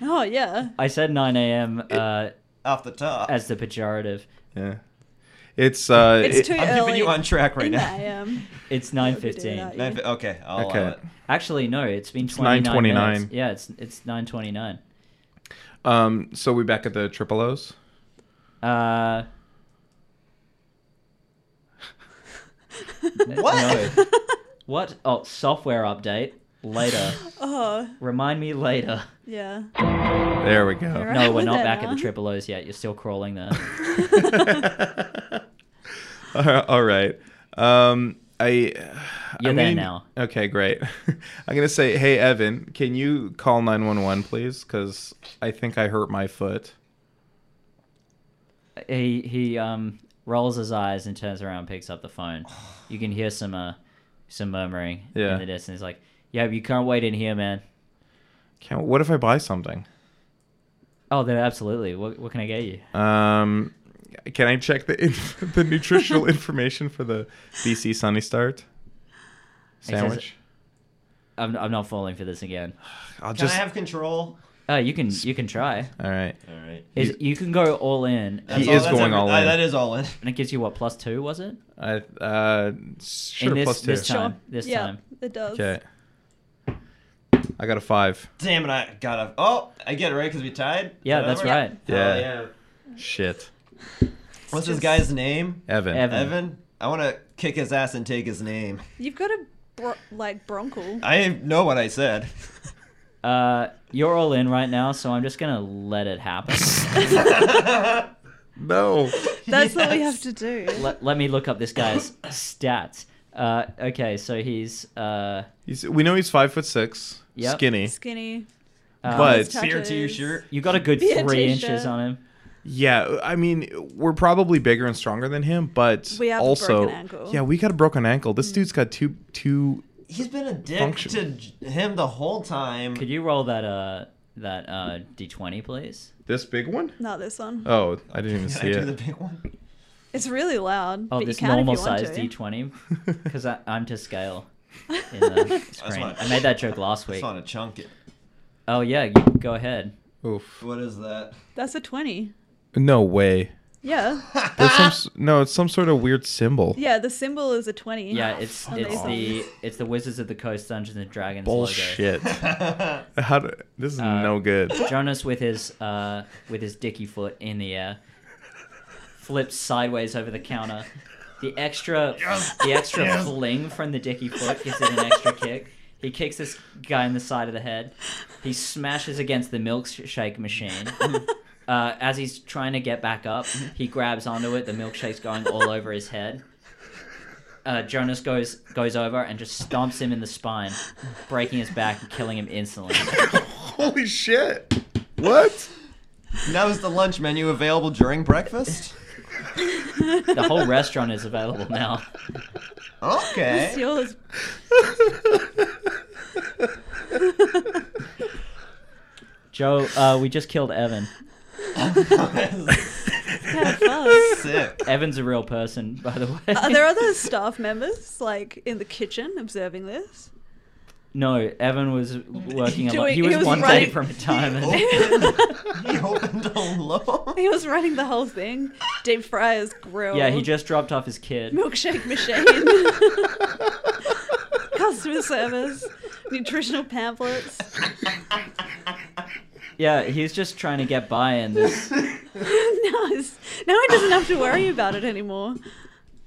Oh yeah.
I said 9 a.m. Uh,
Off the top.
as the pejorative.
Yeah. It's uh.
It's too
I'm keeping
early.
you on track right
in
now.
The AM.
It's
Don't
nine
be doing
fifteen.
that,
Nine fi- Okay, I'll
Okay.
allow it.
Actually, no, it's been
It's
twenty nine
9:29.
minutes. Yeah, it's it's nine twenty nine.
um. So we back at the triple O's.
Uh,
you.
What?
no. what? Oh, software update later.
oh,
Remind me later.
yeah.
There we
You're
go.
right.
No, we're
with
not
that
back at the
now.
triple O's yet. You're still crawling there.
All right. Um. I.
You're there
I mean-
now.
Okay, great. I'm gonna say, hey Evan, can you call 911, please? Because I think I hurt my foot.
He he um rolls his eyes and turns around, and picks up the phone. You can hear some uh some murmuring
Yeah.
in the distance. Like, yeah, you can't wait in here, man.
Can what if I buy something?
Oh, then absolutely. What what can I get you?
Um, can I check the the nutritional information for the BC Sunny Start
says-
sandwich?
I'm I'm not falling for this again.
I'll
Can
just.
I have control?
Uh, you can you can try.
All right.
All right.
Is you can go all in, and
He is going all
I-
in.
that is all in.
it gives you what plus two was it?
I uh sure
in this
plus two.
this time this
yeah,
time.
it does.
Okay. I got a five.
Damn it! I gotta. Oh, I get it right because we tied. Is
Yeah,
that
that's
over?
right.
Hell
Yeah.
Oh, yeah.
Shit.
What's this guy's name?
Evan.
Evan.
Evan. I want to kick his ass and take his name.
You've got a bro- like bronchial.
I know what I said.
Uh, you're all in right now, so I'm just gonna let it happen.
No.
That's what we have
Yes.
to do.
let, let me look up this guy's stats. Uh, okay, so he's uh,
He's, we know he's five foot six,
Yep.
skinny.
Skinny.
uh,
But-
Tattoos.
Beer to your shirt.
you got a good
Be a
three
t-shirt.
inches on him.
Yeah, I mean, we're probably bigger and stronger than him, but
We have a
also,
broken ankle. Hmm.
yeah, we got a broken ankle. This dude's got two two.
He's been a dick
Function.
to j- him the whole time.
Could you roll that uh that uh d20, please?
This big one?
Not this one.
Oh, I didn't even
Can
see
I do
it.
the big one?
It's really loud.
Oh,
but
this
you can if you
normal
want
size
to.
d20, because I'm to scale. In the screen.
wanna-
I made that joke last
I just
week.
want to chunk it.
Oh yeah, you go ahead.
Oof.
What is that?
That's a twenty.
No way.
Yeah.
There's some, s- no, it's some sort of weird symbol.
Yeah, the symbol is a twenty.
Yeah, it's
Oh,
it's
no.
the it's the Wizards of the Coast Dungeons and Dragons logo.
Bullshit. How do, this is
Uh,
no good.
Jonas with his uh with his dicky foot in the air flips sideways over the counter. The extra the extra fling from the dicky foot gives it an extra kick. He kicks this guy in the side of the head. He smashes against the milkshake machine. Uh, as he's trying to get back up, he grabs onto it. The milkshake's going all over his head. Uh, Jonas goes goes over and just stomps him in the spine, breaking his back and killing him instantly.
Holy shit. What?
Now is the lunch menu available during breakfast?
The whole restaurant is available now.
It's
Okay.
yours.
Joe, uh, we just killed Evan.
Have fun.
Sick.
Evan's a real person, by the way.
Are there other staff members like in the kitchen observing this?
No, Evan was working a lot.
Doing-
He
he
was,
was
one day
running-
from retirement.
He opened alone.
He was running the whole thing. Deep fryers, grill.
Yeah, he just dropped off his kid.
milkshake machine, customer service, nutritional pamphlets.
Yeah, he's just trying to get by, and this.
now, he's- now he doesn't have to worry about it anymore.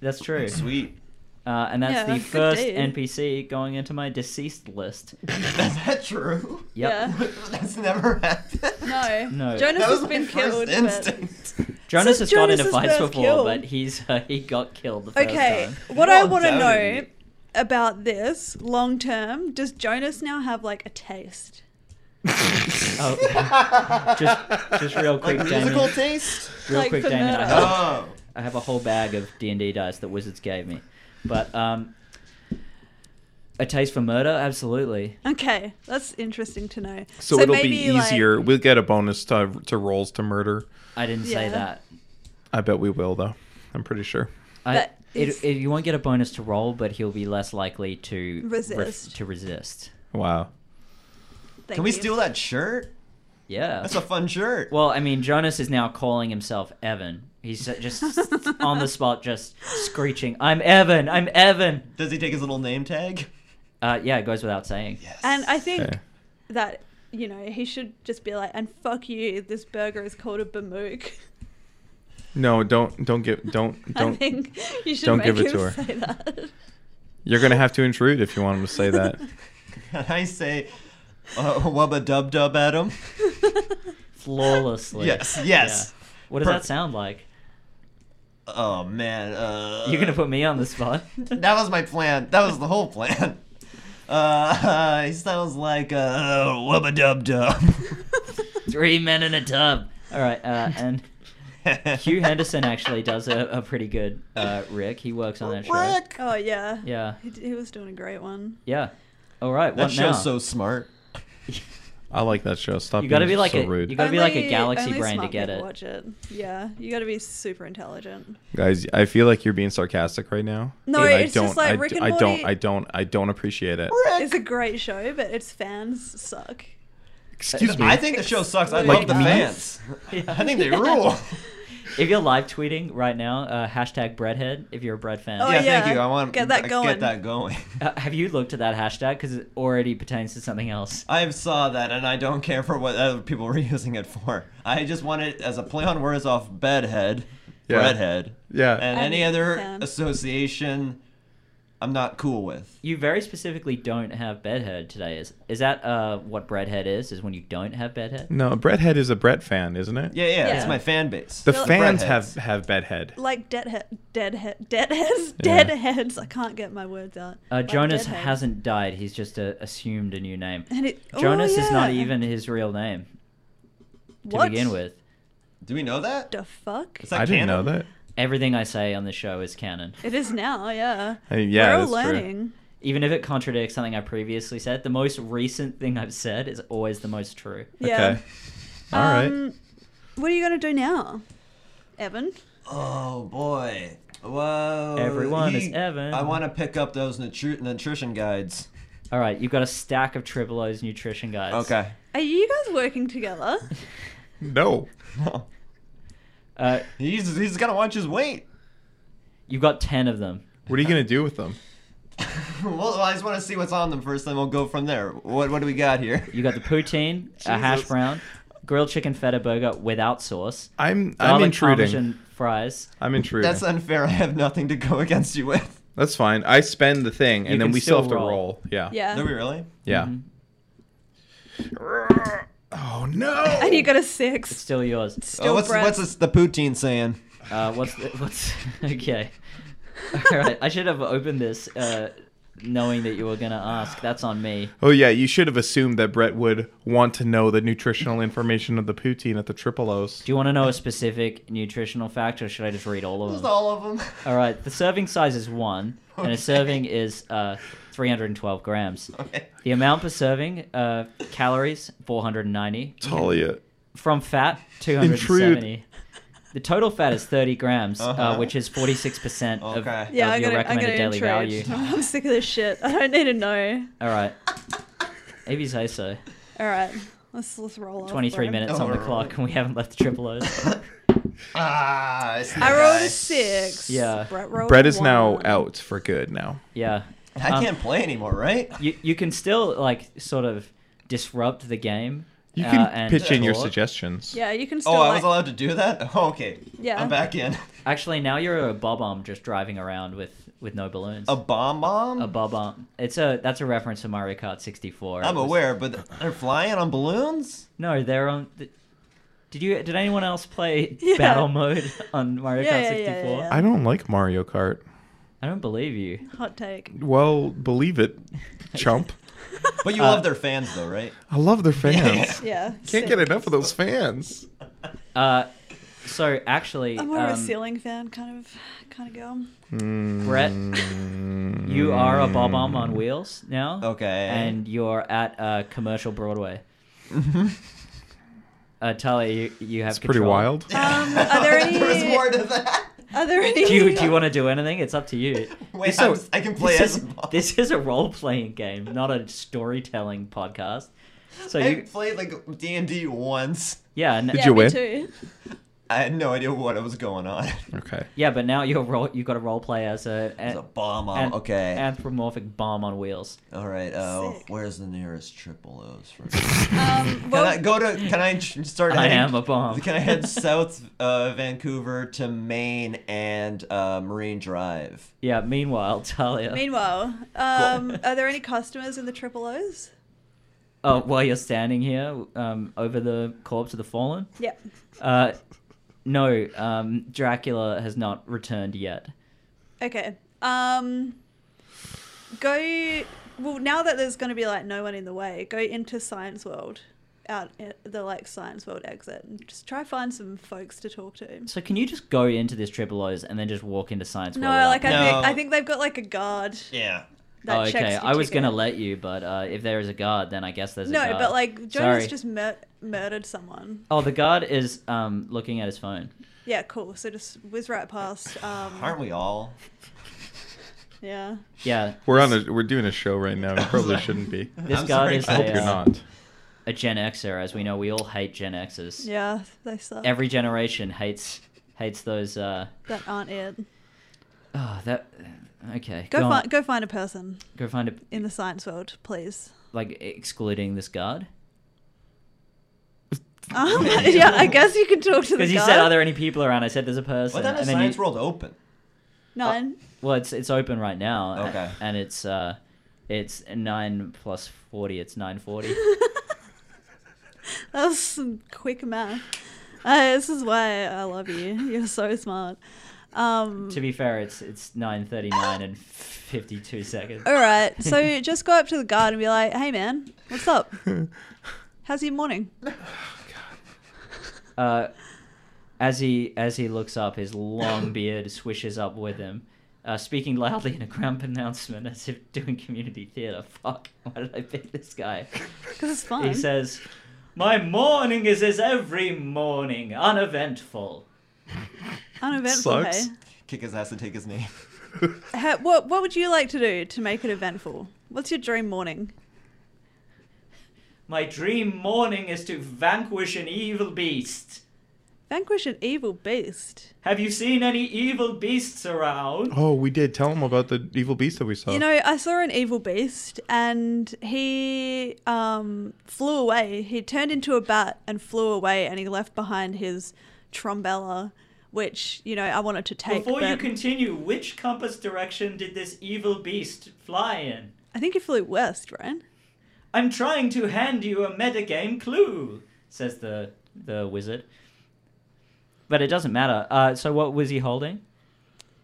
That's true.
Sweet.
Uh, and that's
Yeah,
the
good
first
dude.
NPC going into my deceased list.
Is that true?
Yep.
Yeah.
That's never happened.
No.
No.
Jonas
That was
has
my
been
first
killed. but-
instinct.
Jonas has
Since
gotten into
Jonas'
fights
first
before,
kill.
but he's uh, he got killed the first
Okay,
time.
what
You
I
all
want to
doubted
know
me.
about this long term, does Jonas now have like a taste?
Oh, just just real quick,
Like musical
Damien.
taste?
Real
Like
quick,
for
Damien. I
murder.
have,
Oh.
I have a whole bag of D and D dice that wizards gave me, but um, a taste for murder, absolutely.
Okay, that's interesting to know.
So, it'll
maybe,
be
like-
easier. we'll get a bonus to, to rolls to murder.
I didn't say
Yeah.
that.
I bet we will, though. I'm pretty sure.
I,
But
it,
he's-
it, you won't get a bonus to roll, but he'll be less likely to ref-
Resist.
to resist.
Wow.
Thank
Can we
you.
steal that shirt?
Yeah.
That's a fun shirt.
well, I mean, Jonas is now calling himself Evan. He's uh, just on the spot, just screeching, "I'm Evan! I'm Evan!"
Does he take his little name tag?
Uh, yeah, it goes without saying.
Yes.
And I think
Yeah.
that you know he should just be like, "And fuck you, this burger is called a bamook."
No, don't don't get don't
I
don't.
think you should
don't
make
give it
him
to her.
say that.
You're gonna have to intrude if you want him to say that.
And I say, uh, wubba dub dub at him.
Flawlessly.
Yes, yes.
Yeah. What does
Perfect.
that sound like?
Oh man. Uh,
You're gonna put me on the spot.
That was my plan. That was the whole plan. Uh, he sounds like uh, wubba dub dub.
Three men in a tub. All right, uh, and Hugh Henderson actually does a, a pretty good uh, Rick. He works on that show.
Rick.
Oh yeah.
Yeah,
He, d- he was doing a great one.
yeah. All right,
That
what now?
show's so smart.
I like that show. Stop.
You gotta
being
be like
so
a-
rude,
you gotta- be like a galaxy
only
brain to
smart
get
people
it.
Watch it. Yeah, you got to be super intelligent.
guys. I feel like you're being sarcastic right now.
No,
and
it's
I
just
don't,
like
I,
Rick
d-
and
I
Morty-
don't. I don't. I don't appreciate it.
It's a great show, but its fans suck.
Excuse me.
I think the show sucks. I
Like
love the
me?
fans. I think they rule.
If you're live tweeting right now, uh, hashtag breadhead. If you're a bread fan,
Oh,
yeah,
yeah.
thank you. I want
Get that going.
Get that going.
Uh, have you looked at that hashtag? Because it already pertains to something else.
I saw that, and I don't care for what other people were using it for. I just want it as a play on words off bedhead,
Yeah.
redhead,
Yeah.
and
I
any other
understand.
association. I'm not cool with.
You very specifically don't have bedhead today. Is is that uh, what breadhead is? Is when you don't have bedhead?
No, Brett Head is a Brett fan, isn't it?
Yeah, yeah, it's
Yeah.
my fan base.
The
Well-
fans
Brettheads.
have have bedhead.
Like deadhead, deadhead, deadheads,
Yeah.
deadheads. I can't get my words out.
Uh,
Like
Jonas
deadheads.
hasn't died. He's just uh, assumed a new name.
And it, oh,
Jonas is not
yeah.
even his real name to
What?
begin with.
Do we know that?
The fuck?
Is that
I didn't know
canon?
that.
Everything I say on the show is canon.
It is now, yeah.
I mean, yeah,
We're all
that's true.
learning.
Even if it contradicts something I previously said, the most recent thing I've said is always the most true.
Yeah. Um,
Okay. All right.
What are you gonna do now, Evan?
Oh boy. Whoa.
Everyone is Evan.
I want to pick up those nutri- nutrition guides.
All right, you've got a stack of Triple O's nutrition guides.
Okay.
Are you guys working together?
No.
No.
Uh,
He's he's gotta watch his weight.
you've got 10 of them.
What are you gonna do with them?
well, I just want to see what's on them first, then we'll go from there. What what do we got here?
You got the poutine, a hash
Jesus.
brown, grilled chicken feta burger without sauce,
I'm I'm
garlic
intruding.
parmesan fries.
I'm intruding.
That's
That's,
unfair. I have nothing to go against you with.
fine. I spend the thing,
You
and then
can
we still
still
have to
roll.
roll. Yeah.
yeah.
Do we really?
Yeah.
Mhm. Mm-hmm.
Oh no.
And you got a
It's
six.
still yours.
Still
oh, what's
bread.
what's this, the poutine saying?
Uh, what's the, what's okay? All right, I should have opened this uh, knowing that you were gonna ask. That's on me.
Oh yeah, you should have assumed that Brett would want to know the nutritional information of the poutine at the Triple O's.
Do you want to know a specific nutritional fact, or should I just read all of
Just
them?
all of them.
All right, the serving size is one, and a
Okay.
serving is uh, 312 grams.
Okay.
The amount per serving, uh, calories 490,
Talia.
from fat 270. The total fat is 30 grams, uh
Uh-huh.
which is 46% of,
Okay.
of
Yeah, I'm
your
gonna, I'm
recommended
gonna
daily value.
intrude. I'm sick of this shit. I don't need to know.
All right. Maybe say so.
All right, let's let's roll. off
23
for it.
minutes on the
Oh.
clock, and we haven't left the triple O's.
Ah, it's the
I rolled
guy.
a six.
Yeah.
Brett, rolled
Brett
a
is now
one.
out for good now.
Yeah.
I
Um,
can't play anymore, right?
You, you can still, like, sort of disrupt the game.
You
uh,
can
and
pitch in your
talk.
suggestions.
Yeah, you can still.
Oh, I
like,
was allowed to do that. Oh, okay.
Yeah.
I'm back in.
Actually, now you're a bob bomb just driving around with, with no balloons.
A bomb bomb.
a bob bomb. It's a that's a reference to Mario Kart 64.
I'm
It was-
aware, but they're flying on balloons.
No, they're on. th- Did you? Did anyone else play
Yeah.
battle mode on Mario
Yeah,
Kart
yeah, yeah,
64?
yeah.
I don't like Mario Kart.
I don't believe you.
hot take.
Well, believe it, chump.
But you
Uh,
love their fans, though, right?
I love their fans.
Yeah.
Can't get enough of those fans.
Uh, so actually,
I'm more of a
um,
ceiling fan kind of kind of girl.
Hmm.
Brett, you are a bob bomb on wheels now.
Mm. Okay.
And you're at uh, commercial Broadway. Uh, Talia, you, you have
It's pretty
control.
wild.
Um, are there any?
There's more to that.
Are there any?
Do you, do you want to do anything? It's up to you.
Wait,
So-
I'm s- I can play
this
as.
is, this is a role playing game, not a storytelling podcast. So
I
you,
played like D and D once.
yeah, Um, and
Did you
me
win?
Too.
I had no idea what was going on.
Okay.
Yeah, but now you're role, you've got to role play as a,
It's a bomb. on
an-
okay.
anthropomorphic bomb on wheels.
All right. Uh,
Sick.
where's the nearest triple O's for?
Um,
Can
well,
I go to? Can I ch- start?
I
heading-
am a bomb.
Can I head south uh, Vancouver to Maine and uh, Marine Drive?
Yeah. Meanwhile, Talia.
meanwhile, um, are there any customers in the triple O's?
uh, while you're standing here um, over the corpse of the fallen,
Yep.
uh, no, um, Dracula has not returned yet.
Okay. Um, go. Well, now that there's going to be like no one in the way, go into Science World, out at the like Science World exit, and just try find some folks to talk to.
So can you just go into this triple O's and then just walk into Science
No,
World?
like I think
No.
I think they've got like a guard
Yeah.
that
oh, okay.
checks. your
I was
ticket.
gonna let you, but uh, if there is a guard, then I guess there's a
No,
guard.
but like Jonas
Sorry.
just mur- murdered someone.
Oh, the guard is um, looking at his phone.
Yeah, cool. So just whiz right past. Um,
Aren't we all?
Yeah.
Yeah,
We're on. A, we're doing a show right now. We probably shouldn't be.
This
I'm
guy
sorry,
is
I
guys.
hope
a,
you're
uh,
not.
a Gen Xer, as we know, we all hate Gen Xers.
Yeah, they suck.
Every generation hates hates those. Uh,
that aren't it.
oh, that. Okay.
Go,
on.
find go find a person
Go find a
in the science world, please.
like excluding this guard.
Um, yeah, I guess you can talk to the
Because you
guy.
said, "Are there any people around?" I said, "There's a person."
What time is
and then
Science
you,
World open?
nine.
Well, it's it's open right now. a-
Okay.
And it's uh, it's nine plus forty. It's nine forty.
That was some quick math. Uh, this is why I love you. You're so smart. Um,
to be fair, it's it's nine thirty nine and fifty two seconds.
all right, so just go up to the guard and be like, "Hey, man, what's up?
Oh,
How's your morning?"
Uh, as he as he looks up, his long beard swishes up with him, uh, speaking loudly in a grand announcement as if doing community theater. Fuck! Why did I pick this guy?
Because it's fun.
He says, "My morning is as every morning, uneventful."
Uneventful. Hey,
Sucks.
Kick his ass and take his name.
Ha- what What would you like to do to make it eventful? What's your dream morning?
My dream morning is to vanquish an evil beast.
Vanquish an evil beast.
Have you seen any evil beasts around?
Oh, we did. Tell him about the evil beast that we saw.
You know, I saw an evil beast and he um, flew away. He turned into a bat and flew away and he left behind his trombella, which, you know, I wanted to take.
Before you
but
continue, which compass direction did this evil beast fly in?
I think he flew west, right?
I'm trying to hand you a metagame clue, says the the wizard. But it doesn't matter. Uh, so what was he holding?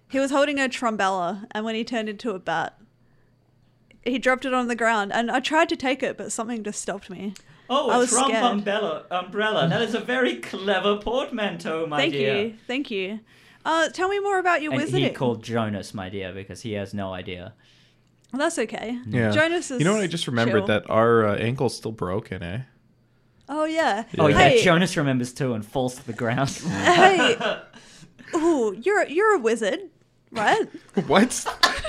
He was holding a trombella and when he turned into a bat, he dropped it on the ground and I tried to take it, but something just stopped me.
Oh,
I
a
was
Trump
scared.
umbrella. Umbrella. That is a very clever portmanteau, my
Thank
dear.
you. Thank you. Uh, tell me more about your
And
wizarding.
he called Jonas, my dear, because he has no idea.
That's okay.
yeah.
Jonas is
You know what? I just remembered
chill.
that our uh, ankle's still broken, eh?
Oh yeah.
Oh yeah,
Hey,
Jonas remembers too and falls to the ground.
hey, ooh, you're you're a wizard, right?
What?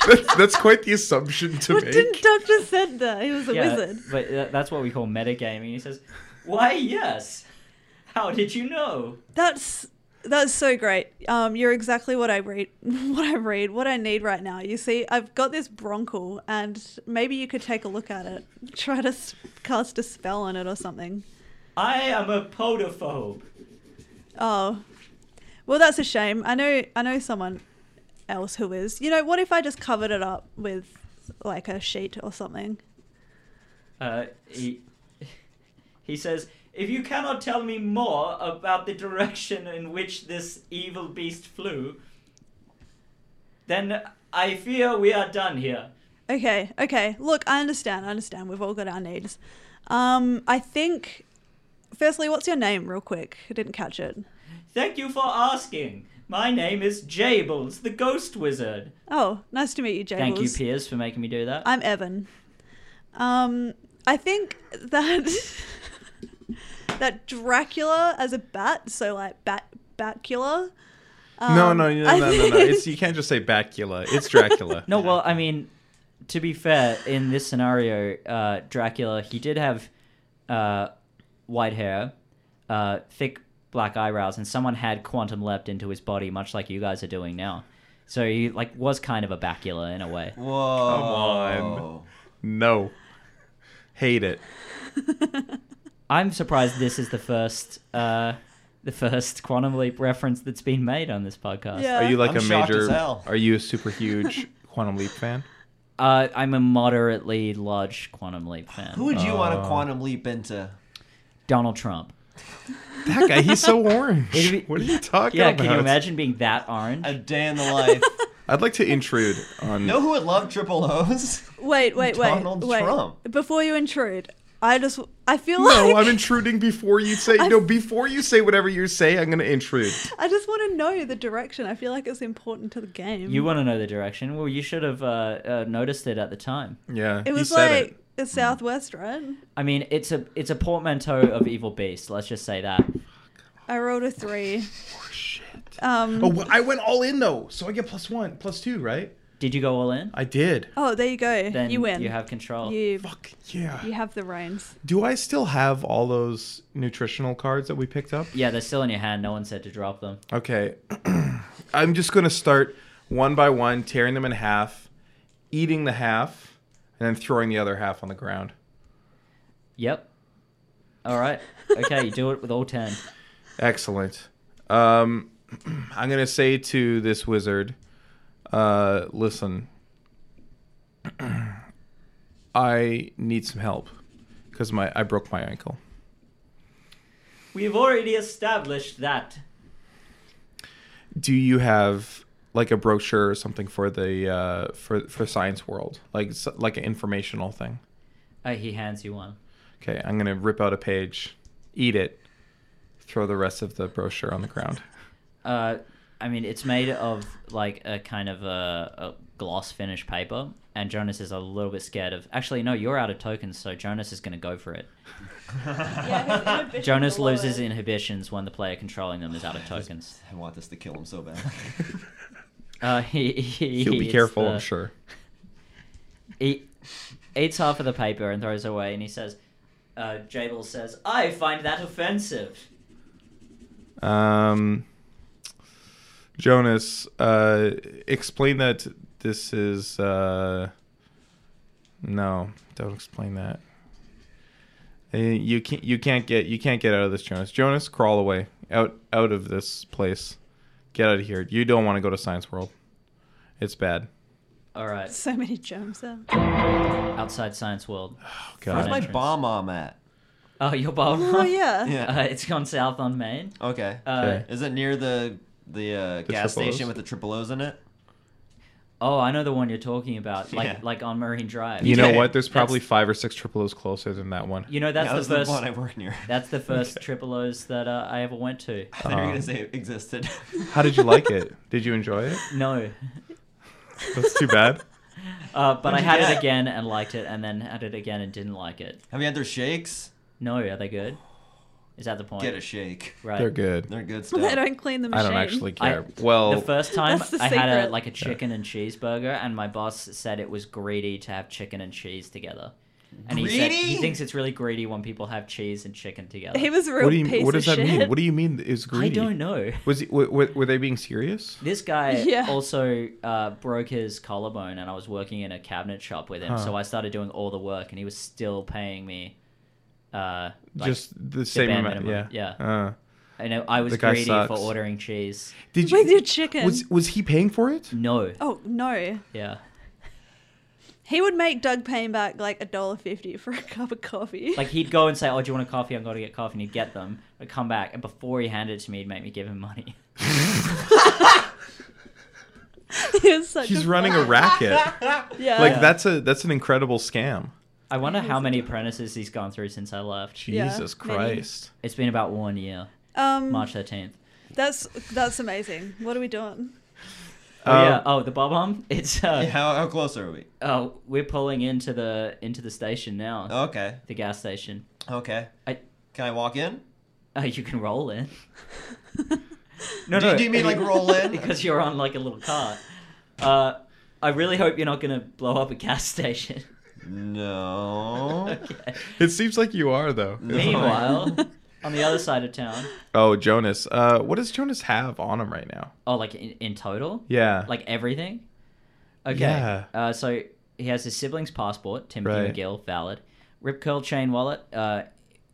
that's, that's quite the assumption to
What
make.
didn't Doug just said that he was a
yeah,
wizard?
but tha- that's what we call metagaming. He says, "Why, yes. How did you know?"
That's that's so great. Um, you're exactly what I read, what I read, what I need right now. You see, I've got this bronchal, and maybe you could take a look at it, try to s- cast a spell on it or something.
I am a podophobe.
Oh, well, that's a shame. I know, I know someone else who is. You know, what if I just covered it up with like a sheet or something?
Uh, he, he says, If you cannot tell me more about the direction in which this evil beast flew, then I fear we are done here.
Okay, okay. Look, I understand. I understand. We've all got our needs. Um, I think. Firstly, what's your name, real quick? I didn't catch it.
Thank you for asking. My name is Jables, the ghost wizard.
Oh, nice to meet you, James.
Thank you, Piers, for making me do that.
I'm Evan. Um, I think that that Dracula as a bat, so like bat Batcula.
no,
um,
no, no, no,
I
no, no.
think-
It's, you can't just say Bacula. It's Dracula.
No, well, I mean, to be fair, in this scenario, uh, Dracula he did have uh, white hair, uh, thick black eyebrows, and someone had quantum leapt into his body, much like you guys are doing now. So he like was kind of a bacula in a way.
Whoa.
on. No. Hate it.
I'm surprised this is the first uh, the first quantum leap reference that's been made on this podcast.
Yeah.
Are you like
I'm
a
shocked
major?
as hell.
Are you a super huge Quantum Leap fan?
Uh, I'm a moderately large quantum leap fan.
Who would you want
Uh,
to quantum leap into?
Donald Trump.
That guy, he's so orange.
It'd be-
what are you talking
Yeah,
about?
can you imagine being that orange?
A day in the life.
I'd like to intrude on.
you know who would love triple O's?
Wait, wait, wait.
Donald
wait.
Trump.
Before you intrude, I just I feel
No,
like
I'm intruding before you say no. Before you say whatever you say, I'm gonna intrude.
I just want to know the direction. I feel like it's important to the game.
You want to know the direction? Well, you should have uh, uh, noticed it at the time.
Yeah,
It
he
was
said
like
it.
the southwest, right?
I mean, it's a it's a portmanteau of evil beast. Let's just say that.
I rolled a three. Um.
Oh,
Oh.
well, I went all in though, so I get plus one, plus two, right?
Did you go all in?
I did.
oh, there you go.
Then
you win.
You have control.
You,
Fuck yeah.
you have the reins.
Do I still have all those nutritional cards that we picked up?
Yeah, they're still in your hand. No one said to drop them.
Okay. I'm just going to start one by one, tearing them in half, eating the half, and then throwing the other half on the ground.
Yep. All right. Okay, you do it with all ten.
Excellent. Um, I'm going to say to this wizard, uh, listen, I need some help because my I broke my ankle.
We've already established that.
do you have like a brochure or something for the uh, for for science world like s- like an informational thing
Uh, he hands you one.
okay i'm gonna rip out a page eat it throw the rest of the brochure on the ground
Uh, I mean, it's made of like a kind of a, a gloss finish paper, and Jonas is a little bit scared of. Actually, no, you're out of tokens, so Jonas is going to go for it.
Yeah, his
Jonas loses inhibitions when the player controlling them is out of tokens.
I want this to kill him so bad.
Uh, he, he,
he'll be
eats
careful
the-
i'm sure
He eats half of the paper and throws it away, and he says, uh, Jabel says, I find that offensive.
um jonas uh explain that this is uh no don't explain that Uh, you can't you can't get you can't get out of this jonas jonas crawl away out out of this place get out of here you don't want to go to science world it's bad
All right,
So many germs there.
outside science world.
oh
Where's my
entrance.
bomb mom at?
Oh, your bomb.
Oh yeah.
Yeah.
Uh, it's gone south on Maine.
Okay.
Uh,
Okay.
Is it near the the, uh, gas
triple O's?
station with the triple O's in it?
Oh, I know the one you're talking about, like
Yeah.
like on Marine Drive.
you know
Okay.
what there's probably
That's-
five or six triple O's closer than that one
You know that's
that
the
was
first.
one I work near.
that's the Uh. first triple O's that uh, I ever went to.
I thought you were
Um,
gonna say it existed.
how did you like it did you enjoy it
No,
that's too bad
uh, but I
What'd you
had it
get?
again and liked it, and then had it again and didn't like it.
Have you had their shakes?
No, are they good? Is that the point?
Get a shake.
Right.
they're good
They're good stuff.
They don't clean the
I uh,
machine.
don't actually
I-
care. well,
the first time
That's the
I had a
secret.
like a chicken and cheeseburger, and my boss said it was greedy to have chicken and cheese together. And he said he
Greedy?
thinks it's really greedy when people have cheese and chicken together.
He was a real
what do you
piece
what
of
does that
shit.
mean? What do you mean
I
is greedy?
don't know.
Was he, w- w- were they being serious?
This guy
Yeah.
also uh, broke his collarbone, and I was working in a cabinet shop with him.
Huh.
So I started doing all the work, and he was still paying me. Uh, like,
Just the same
bare
amount.
minimum,
Yeah.
yeah.
Uh,
I know I was
the guy
greedy for
sucks.
ordering cheese.
did
With your chicken.
Was was he paying for it?
No,
Oh no.
yeah,
He would make Doug Payne back like a dollar fifty for a cup of coffee.
like he'd go and say, "Oh, do you want a coffee? I'm going to get coffee," and he'd get them. I'd come back, and before he handed it to me, he'd make me give him money.
he was such
He's
a
running a
fuck.
racket.
Yeah.
like that's a that's an incredible scam.
I wonder how many apprentices he's gone through since I left.
Yeah,
Jesus
many.
Christ.
It's been about one year,
um.
March thirteenth.
That's that's amazing. What are we doing?
Oh
Um,
yeah. Oh, the bob bomb. It's uh,
Yeah, how, how close are we?
oh, we're pulling into the into the station now.
Oh,
Okay.
the gas station.
Okay.
I-
Can I walk in?
Uh, you can roll in.
No, do, do you mean like roll in?
because you're on like a little cart. Uh, I really hope you're not gonna blow up a gas station.
No.
okay. Oh.
It seems like you are though.
No.
Meanwhile, on the other side of town.
Oh, Jonas. Uh, what does Jonas have on him right now?
Oh, like in, in total?
Yeah.
Like everything? Okay.
Yeah.
Uh, so he has his sibling's passport, Timothy
Right.
McGill, valid. Rip curl chain wallet. Uh,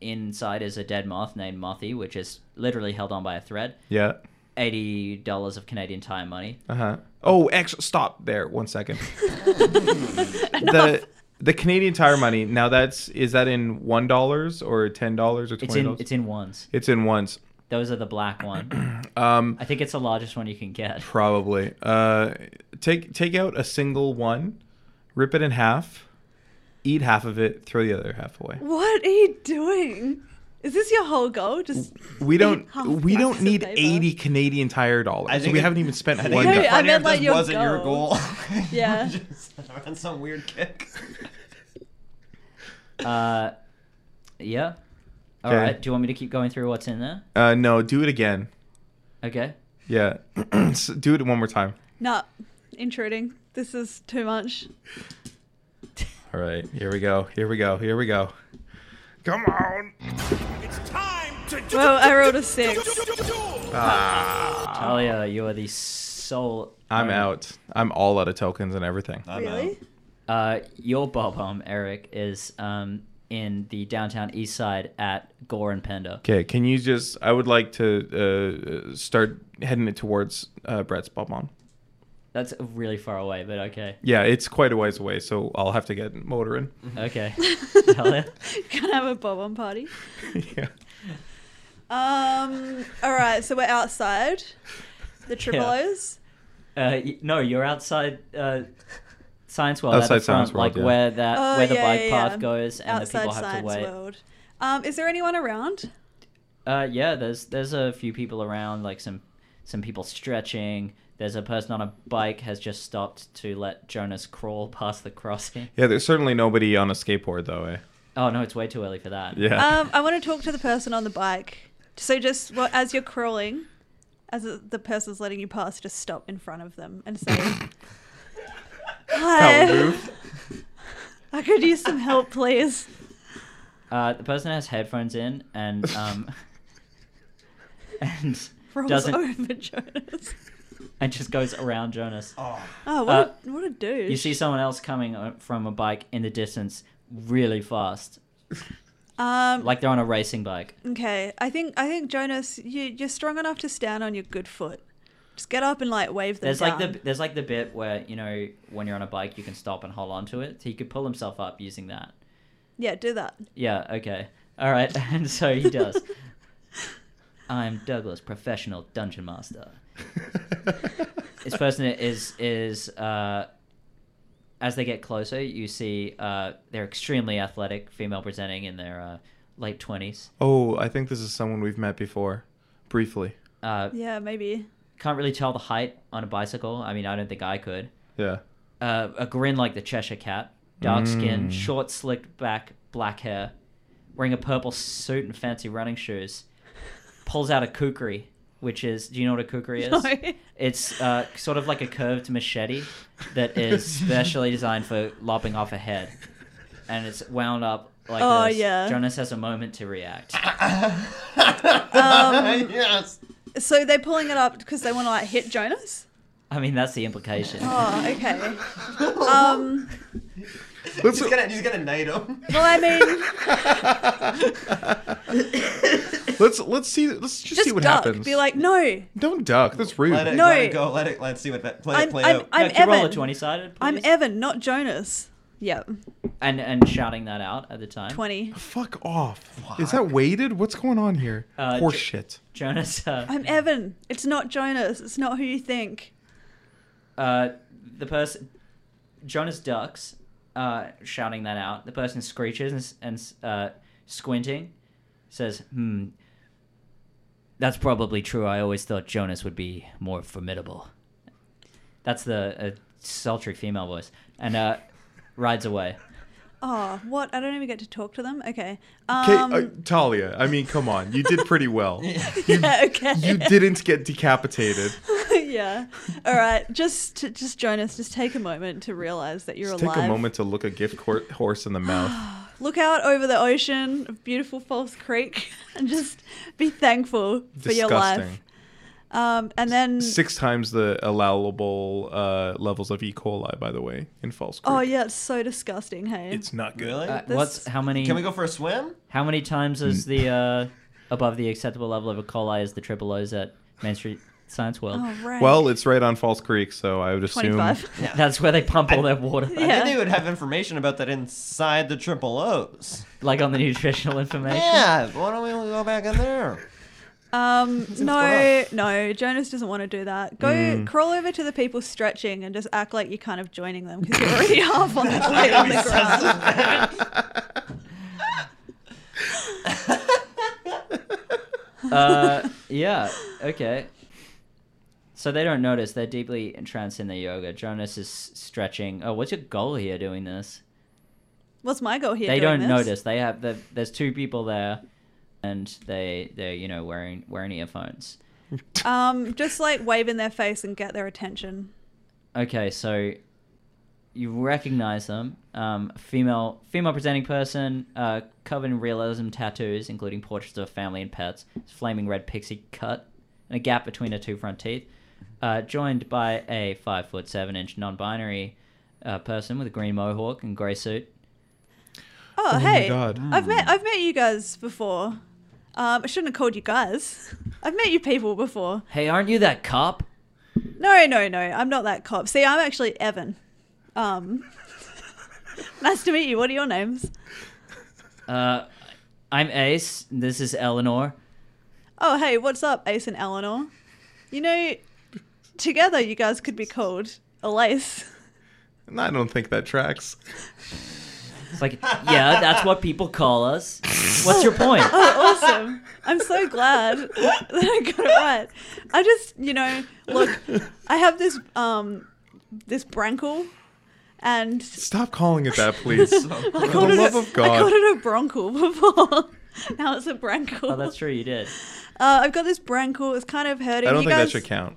inside is a dead moth named Mothy, which is literally held on by a thread.
yeah.
$80 of Canadian Tire money.
Uh huh. Oh, actually, stop there. One second.
Enough.
the the Canadian Tire money. Now that's is that in one dollars or ten dollars or
It's
twenty
in,
dollars?
it's in ones.
It's in ones.
Those are the black one.
Um,
I think it's the largest one you can get.
probably. Uh, take take out a single one, rip it in half, eat half of it, throw the other half away.
What are you doing? Is this your whole goal? Just
We don't
half
Oh,
we
pieces
don't
of
need
paper?
eighty Canadian Tire
I
dollars.
think
We
it-
haven't even spent
I think
one.
it'd
No,
be
dollar.
I
funnier
meant
if
like
this
your
wasn't your
goal.
goal.
Yeah.
Just on some weird kick.
Uh, yeah. All
Okay.
right. Do you want me to keep going through what's in there?
Uh, no, do it again.
Okay.
Yeah, S- do it one more time.
nah, intruding. This is too much.
All right, here we go. Here we go. Here we go. Come on.
Well, I rolled a six.
Uh, Talia, you are the sole.
Ah. I'm
owner.
out. I'm all out of tokens and everything.
I'm
Really?
out.
Uh, your bob home, Eric, is um, in the downtown east side at Gore and Penda.
Okay, can you just? I would like to uh, start heading it towards uh, Brett's Bob Mom.
That's really far away, but okay.
Yeah, it's quite a ways away, so I'll have to get motoring.
Okay. Talia?
Can I have a bob-on party?
Mm-hmm.
yeah.
Um. All right. So we're outside. The
Yeah.
Tribolos.
Uh, y- no, you're outside uh, Science World. at the
Outside Science
front, Like
World, yeah.
where, that,
Oh,
Uh, where the
yeah,
bike
yeah,
path
yeah.
goes and the
outside
people have
Science
to wait.
World. Um. Is there anyone around?
Uh, yeah, there's there's a few people around, like some some people stretching. There's a person on a bike has just stopped to let Jonas crawl past the crossing.
Yeah, there's certainly nobody on a skateboard though, eh?
Oh no, it's way too early for that.
Yeah.
Um. I want to talk to the person on the bike. So just well, as you're crawling, as the- the person's letting you pass, just stop in front of them and say, Oh,
That would
"Hi,
move.
I could use some help, please."
Uh, the person has headphones in and um and
Rolls
doesn't
over Jonas.
and just goes around Jonas.
Oh,
Oh, what,
Uh,
a, what a douche!
You see someone else coming uh, from a bike in the distance really fast,
um,
like they're on a racing bike.
Okay, I think I think Jonas, you you're strong enough to stand on your good foot. Just get up and like wave them.
There's like
down.
the there's like the bit where you know when you're on a bike you can stop and hold on to it. So he could pull himself up using that.
yeah, do that.
Yeah, okay. All right, and so he does. I'm Douglas, professional dungeon master. This person is is uh, as they get closer, you see uh, they're extremely athletic, female presenting in their uh, late twenties.
oh, I think this is someone we've met before, briefly.
Uh,
Yeah, maybe.
Can't really tell the height on a bicycle. I mean, I don't think I could.
Yeah.
Uh, a grin like the Cheshire Cat, dark skin,
Mm.
short slicked back, black hair, wearing a purple suit and fancy running shoes. pulls out a kukri, which is do you know what a kukri is?
No.
It's uh, sort of like a curved machete that is specially designed for lopping off a head, and it's wound up like
Oh,
this.
yeah.
Jonas has a moment to react.
Um,
yes.
So they're pulling it up because they want to like hit Jonas.
I mean, that's the implication.
Oh, okay. Um,
Let's-
he's gonna he's gonna knight him.
well, I mean,
Let's let's see. Let's just,
just
see what
duck.
happens.
Be like, no,
Don't duck. That's rude.
Let it,
No.
let it go. Let it. Let's see what that play
I'm-
play
I'm-
out.
yeah,
I'm
can you roll a
Evan.
twenty sided.
I'm Evan, not Jonas. Yeah,
and and shouting that out at the time.
twenty.
Fuck off. Is that weighted? What's going on here?
Uh,
Poor
J-
shit.
Jonas. Uh,
I'm Evan. It's not Jonas. It's not who you think.
Uh, the person Jonas ducks, uh, shouting that out. The person screeches and, s- and s- uh, squinting, says, "Hmm, that's probably true. I always thought Jonas would be more formidable." That's the uh, sultry female voice, and uh, rides away.
Oh, what? I don't even get to talk to them. Okay.
Okay,
Um,
uh, Talia. I mean, come on. You did pretty well.
yeah, okay.
You didn't get decapitated.
yeah. All right. Just, to, just Jonas, just take a moment to realize that you're
Just
alive.
take a moment to look a gift cor- horse in the mouth.
look out over the ocean of beautiful False Creek and just be thankful for your life. Um, and then,
Six times the allowable uh, levels of E. coli, by the way, in False Creek.
oh yeah, it's so disgusting. Hey,
It's not good.
Really?
Uh,
This-
what's how many?
Can we go for a swim?
How many times is the uh, above the acceptable level of E. coli is the triple O's at Main Street Science World?
oh, right.
Well, it's right on False Creek, so I would assume.
25.
Yeah.
That's where they pump all their water,
Yeah.
I think they would have information about that inside the triple O's.
like on the nutritional information.
Yeah, why don't we go back in there?
Um, no,
rough.
no, Jonas doesn't want to do that. Go crawl over to the people stretching and just act like you're kind of joining them because you're already half on the, like, on the ground.
Uh, yeah. Okay. So they don't notice. They're deeply entranced in their yoga. Jonas is stretching. Oh, what's your goal here doing this?
What's my goal here?
they don't
doing this?
notice. They have the, there's two people there, and they they're you know wearing wearing earphones.
Um, just like wave in their face and get their attention.
Okay, so you recognize them. Um, female female presenting person, uh, covered in realism tattoos, including portraits of family and pets, flaming red pixie cut, and a gap between her two front teeth. Uh, joined by a five foot seven inch non binary uh, person with a green mohawk and grey suit.
Oh,
Oh my
hey,
god.
I've met
Hmm.
I've met you guys before. Um, I shouldn't have called you guys. I've met you people before.
Hey, aren't you that cop?
No, no, no. I'm not that cop. See, I'm actually Evan. Um, nice to meet you. What are your names?
Uh, I'm Ace. This is Eleanor.
Oh, hey, what's up, Ace and Eleanor? You know, together you guys could be called Elace.
I don't think that tracks.
It's like, yeah, that's what people call us. What's your point?
Oh, awesome. I'm so glad that I got it right. I just, you know, look, I have this um this brankle and
Stop calling it that, please.
I
For
called,
the
it
love
a,
of
I
God.
called it a bronkle before. now it's a brankle.
Oh, that's true. You did.
Uh, I've got this brankle. It's kind of hurting.
I don't
you
think that
guys,
should count.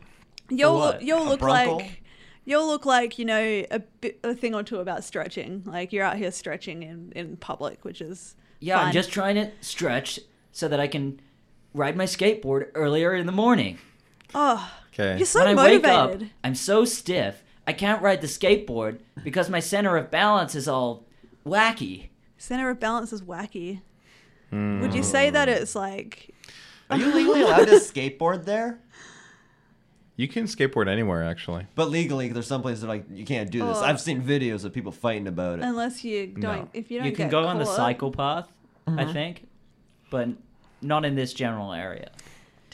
You'll
For
look,
what?
you'll
A
look
bronkle?
like you'll look like you know a, bit, a thing or two about stretching. Like you're out here stretching in in public, which is
Yeah,
fun.
I'm just trying to stretch so that I can ride my skateboard earlier in the morning.
oh,
Okay.
you're so
when
motivated.
I wake up, I'm so stiff. I can't ride the skateboard because my center of balance is all wacky.
Center of balance is wacky.
Hmm.
Would you say that it's like
Are you legally allowed to skateboard there?
You can skateboard anywhere, actually.
But legally, there's some places that are like you can't do this.
Oh.
I've seen videos of people fighting about it.
unless you don't
No.
if you don't
You can
get
go on the
caught-
cycle path, I think, but not in this general area.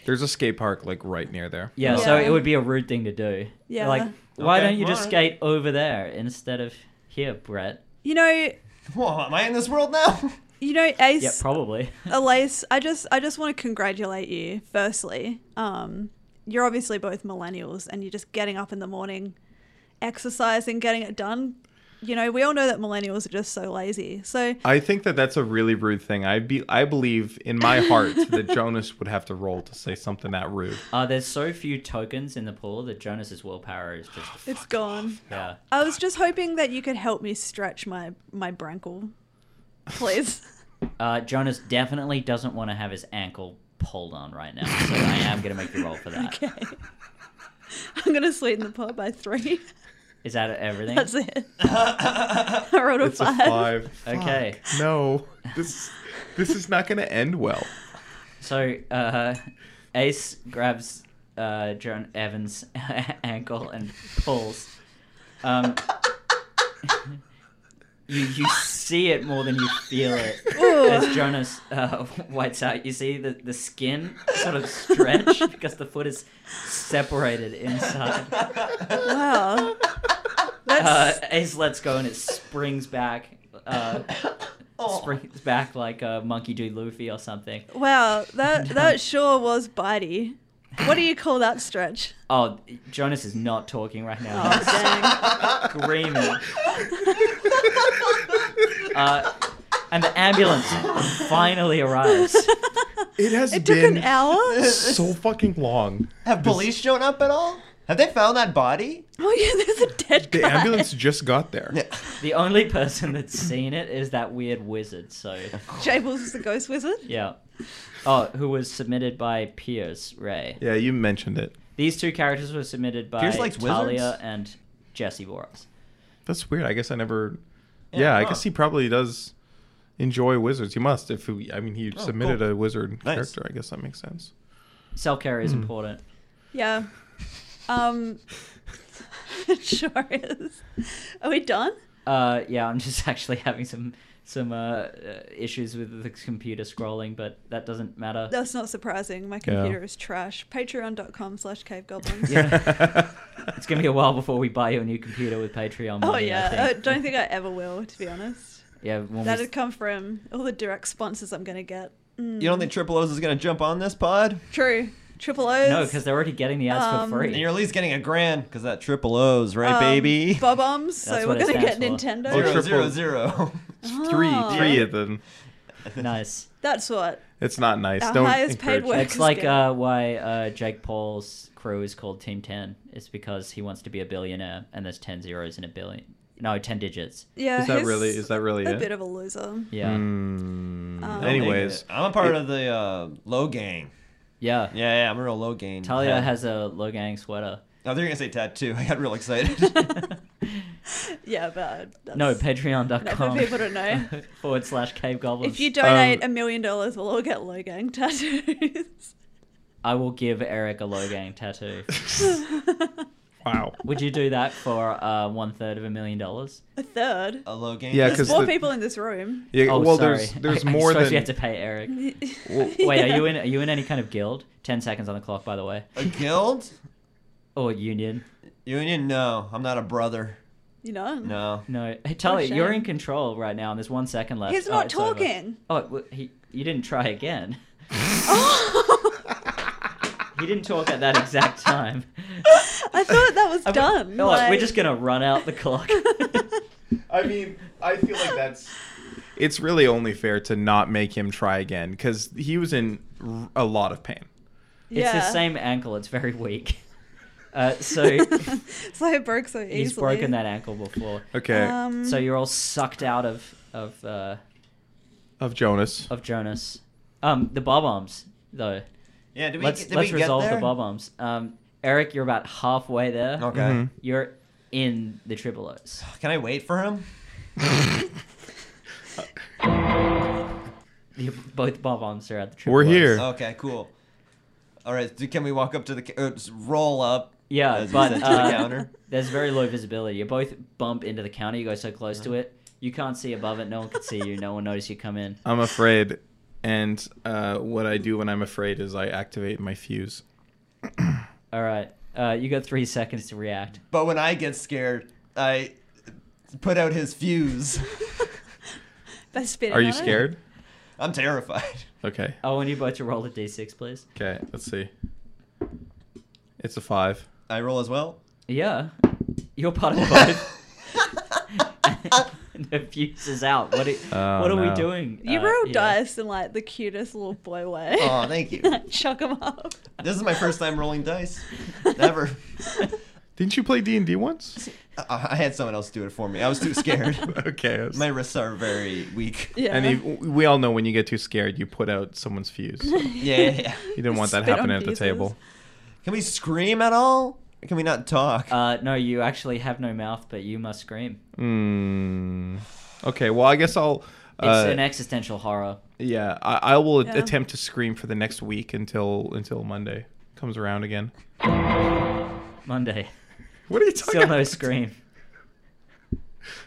There's a skate park like right near there.
Yeah, so
Yeah.
it would be a rude thing to do.
Yeah.
Like, why
Okay,
don't you just
alright.
skate over there instead of here, Brett?
You know,
Whoa, am I in this world now?
you know, Ace.
Yeah, probably.
Elise, I just I just want to congratulate you. Firstly, um, you're obviously both millennials, and you're just getting up in the morning, exercising, getting it done. You know, we all know that millennials are just so lazy. So
I think that that's a really rude thing. I be I believe in my heart that Jonas would have to roll to say something that rude.
uh, there's so few tokens in the pool that Jonas's willpower is just.
it's gone.
Yeah.
I was just hoping that you could help me stretch my my brankle, please.
Uh, Jonas definitely doesn't want to have his ankle pulled on right now, so I am going to make you roll for that. Is
okay. I'm gonna sweeten the pot by three.
that everything?
That's it. I rolled a
It's
five.
a five.
Okay.
Fuck, No, this this is not going to end well.
So uh, Ace grabs uh, John Evans' ankle and pulls. Um, you, you see it more than you feel it as Jonas uh, whites out. You see the, the skin sort of stretch because the foot is separated inside.
Wow. That's
uh, Ace lets go and it springs back. Uh,
Oh.
Springs back like a monkey do Luffy or something.
Wow, that that sure was bitey. What do you call that stretch?
Oh, Jonas is not talking right now.
Oh, dang.
He's screaming. uh, and the ambulance finally arrives.
It has
It took
been
an hour.
so fucking long.
Have police shown up at all? Have they found that body?
Oh yeah, there's a dead
The
guy.
ambulance just got there.
Yeah.
The only person that's seen it is that weird wizard. So
Jables is the ghost wizard.
yeah. Oh, who was submitted by Piers Ray.
Yeah, you mentioned it.
These two characters were submitted by
Piers likes
Talia
wizards?
and Jesse Boras.
That's weird. I guess I never. Yeah,
Yeah,
I
huh.
guess he probably does enjoy wizards. He must. If he, I mean, he
Oh,
submitted
cool.
a wizard
Nice.
character. I guess that makes sense.
Self care
Hmm.
is important.
Yeah. Um. it sure is. Are we done?
Uh, yeah, I'm just actually having some some uh, uh, issues with the computer scrolling, but that doesn't matter.
That's not surprising. My computer is trash. Patreon.com slash cave goblins.
Yeah. It's gonna be a while before we buy you a new computer with Patreon.
Oh
money,
yeah.
I
I
think.
don't think I ever will, to be honest.
yeah, when we,
That'd come from all the direct sponsors I'm gonna get. Mm.
You don't think Triple O's is gonna jump on this pod?
True. Triple O's.
no, because they're already getting the ads
Um,
for
And
free.
you're at least getting a grand, because that Triple O's, right,
um,
baby?
Bob Oms, so
That's
we're
what it
gonna get
stands for.
Nintendo.
Oh, triple-
Zero, zero, zero.
Three,
Ah.
three of them.
Nice.
That's what.
It's not nice.
Our
Don't
highest
encourage
paid
it.
work-
It's
Just
like
get-
uh, why uh, Jake Paul's crew is called Team Ten. It's because he wants to be a billionaire, and there's ten zeros in a billion. No, ten digits.
Yeah.
Is that
he's
really? Is that really
a
it?
bit of a loser.
Yeah,
Mm,
Um,
anyways,
I'm a part of the uh, low gang.
yeah.
Yeah, yeah, I'm a real low gang.
Talia
head.
has a Logang sweater.
Oh, they're gonna say tattoo. I got real excited.
Yeah, but that's...
No,
No, for
Patreon.com.
people to know.
forward slash Cave Goblins.
If you donate a
Um,
million dollars, we'll all get Logang tattoos.
I will give Eric a Logang tattoo.
wow.
Would you do that for uh, one third of a million dollars?
a third.
a low gang.
Yeah,
tattoo.
'cause
Four
the-
people in this room.
Yeah,
oh,
well,
sorry.
there's there's
I- I
more
suppose
than
you have to pay Eric.
Well,
Wait, are you
Yeah.
in? Are you in any kind of guild? Ten seconds on the clock, by the way.
a guild
Or union?
union. No, I'm not a brother.
You know?
No.
Mm. No, hey, Tully,
shame.
you're in control right now, and there's one second left.
He's
Oh,
not
it's over.
talking.
Oh, well, he, you didn't try again. He didn't talk at that exact time.
I thought that was
I'm-
done.
No,
like-
we're just gonna run out the clock.
I mean, I feel like that's. It's really only fair to not make him try again because he was in r- a lot of pain.
It's
Yeah.
the same ankle. It's very weak. Uh, so
so it broke so easily.
he's broken that ankle before.
Okay,
Um,
So you're all sucked out of of uh,
of Jonas.
of Jonas. Um, the bob arms though.
Yeah. Did we?
let's
did
let's
we get
resolve
there?
the bob arms. Um, Eric, you're about halfway there.
Okay.
Mhm.
You're in the triple O's.
Can I wait for him?
You, both bob arms are at the triple
We're
O's.
here.
Okay. Cool. All right. do- Can we walk up to the ca- or just roll up?
Yeah,
as you
but,
said, to
uh,
the counter.
There's very low visibility. You both bump into the counter. You go so close
Uh-huh.
to it. You can't see above it. No one can see you. No one notices you come in.
I'm afraid, and uh, what I do when I'm afraid is I activate my fuse.
All right. Uh, you got three seconds to react.
But when I get scared, I put out his fuse.
By spitting
Are you
on it.
scared?
I'm terrified.
Okay.
Oh, I want you both to roll a d6, please.
Okay. Let's see. It's a five.
I roll as well.
Yeah. You're part of both. the fuse is out. What, i-
Oh,
what are we
no.
doing?
You
Uh,
roll
yeah.
dice in like the cutest little boy way.
Oh, thank you.
Chuck him up.
This is my first time rolling dice. Never.
Didn't you play D and D once?
I I had someone else do it for me. I was too scared.
okay. that's-
My wrists are very weak.
Yeah.
And you, we all know when you get too scared, you put out someone's fuse. so you
Yeah, yeah, yeah.
didn't want that
Spit on
happening at the
fuses.
table.
Can we scream at all? Or can we not talk?
Uh, no, you actually have no mouth, but you must scream.
Hmm. Okay. Well, I guess I'll.
It's
Uh,
an existential horror.
yeah, I, I will
Yeah.
attempt to scream for the next week until until Monday comes around again.
Monday.
What are you talking
Still no
about?
scream.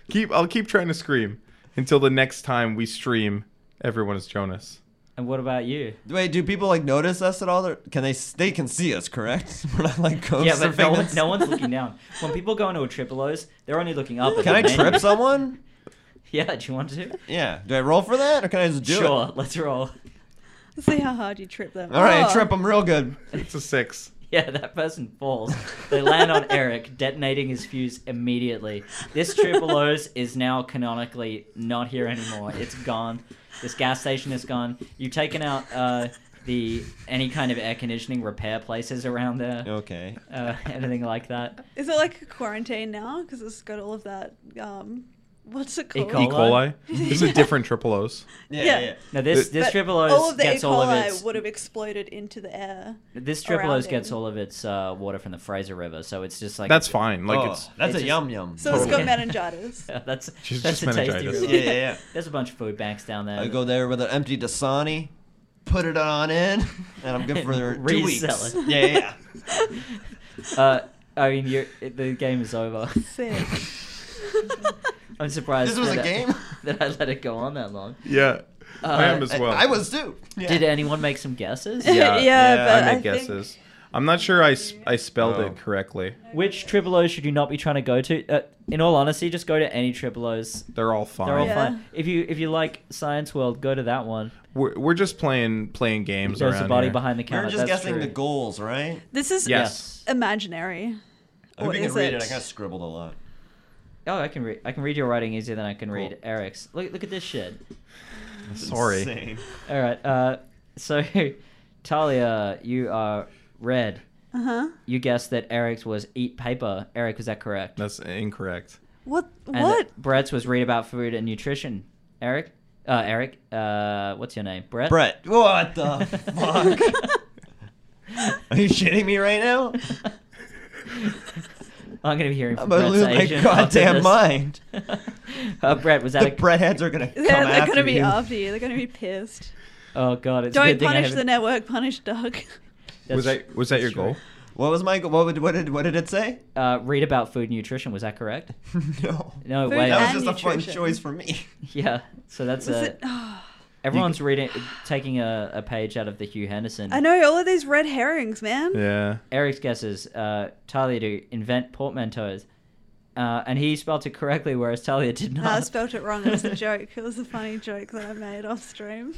Keep. I'll keep trying to scream until the next time we stream. Everyone is Jonas.
And what about you?
Wait, do people like notice us at all? They're- Can they? They can see us, correct? We're not like ghosts.
yeah,
or
but no, one,
things?
no one's looking down. When people go into a triple O's, they're only looking up. At
Can
the
I
menu.
trip someone?
Yeah, do you want to?
Yeah. Do I roll for that, or can I just do
sure,
it?
let's roll.
See how hard you trip them.
All right,
Oh.
I trip them real good.
It's a six.
Yeah, that person falls. They land on Eric, detonating his fuse immediately. This Triple O's is now canonically not here anymore. It's gone. This gas station is gone. You've taken out uh, the any kind of air conditioning repair places around there.
Okay.
Uh, anything like that.
Is it like a quarantine now? Because it's got all of that. Um, what's it
E.
called?
E.
coli?
coli. This is different triple O's.
Yeah,
Yeah.
yeah. yeah.
No, this
But
this
But
triple O's
all of the
gets
E.
all of
coli
its
would have exploded into the air.
this triple
around
O's gets
him.
all of its uh, water from the Fraser River, so it's just like
That's fine. Like
oh,
it's
that's
it's
a
just-
yum yum.
So it's
Totally.
got meningitis.
Yeah, that's
Just-
that's
just
a tasty.
meningitis.
River.
Yeah, yeah, yeah.
There's a bunch of food banks down there.
I go there with an empty Dasani, put it on in, and I'm good for two weeks.
Resell it.
Yeah, yeah,
Uh, I mean, you're, it- the game is over.
Sick.
I'm
yeah.
surprised.
This was
that
a
I-
game.
that I let it go on that long.
yeah. I am
Uh,
as
I-
well.
I was too. Yeah.
Did anyone make some guesses?
Yeah,
Yeah, but
I
I
make
think-
guesses. I'm not sure I, s- I spelled
Oh.
it correctly.
Which triple O should you not be trying to go to? Uh, in all honesty, just go to any triple O's.
They're all fine.
They're all
Yeah.
fine. If you if you like Science World, go to that one.
We're, we're just playing playing games
There's
around
a body
here.
behind the
We
counter.
were just
That's
guessing
true.
the goals, right?
This is
Yes.
imaginary.
I hope
Or
you can
is
read
it?
it. I kind of scribbled a lot.
Oh, I can read. I can read your writing easier than I can read
Cool.
Eric's. Look look at this shit.
It's
Sorry.
insane.
All right. Uh, so, Talia, you are red.
Uh huh.
You guessed that Eric's was eat paper. Eric, was that correct?
That's incorrect.
What?
And
What?
that Brett's was read about food and nutrition. Eric, uh, Eric, uh, what's your name? Brett.
Brett, what the fuck? Are you shitting me right now?
I'm gonna be hearing from
I'm gonna
Brett's
lose my
agent after
goddamn
this.
mind.
uh, Brett, was that
The
a?
Brett heads are gonna come
They're, they're
after
going to be
you.
after you. They're going to be pissed.
oh god, it's a
Don't
good thing I
punish the
haven't-
network. Punish Doug.
That's-
was that was that your
that's true.
goal?
What was my? go- What would? What did? What did it say?
Uh, read about food and nutrition. Was that correct?
no.
No
Food
way.
and-
That was just a fun
nutrition.
choice for me.
yeah. So that's
Was
a.
it? Oh,
Everyone's reading, taking a, a page out of the Hugh Henderson.
I know all of these red herrings, man.
Yeah.
Eric's guesses uh, Talia to invent portmanteaus, uh, and he spelled it correctly, whereas Talia did
No,
not.
I spelt it wrong. It was a joke. It was a funny joke that I made off stream.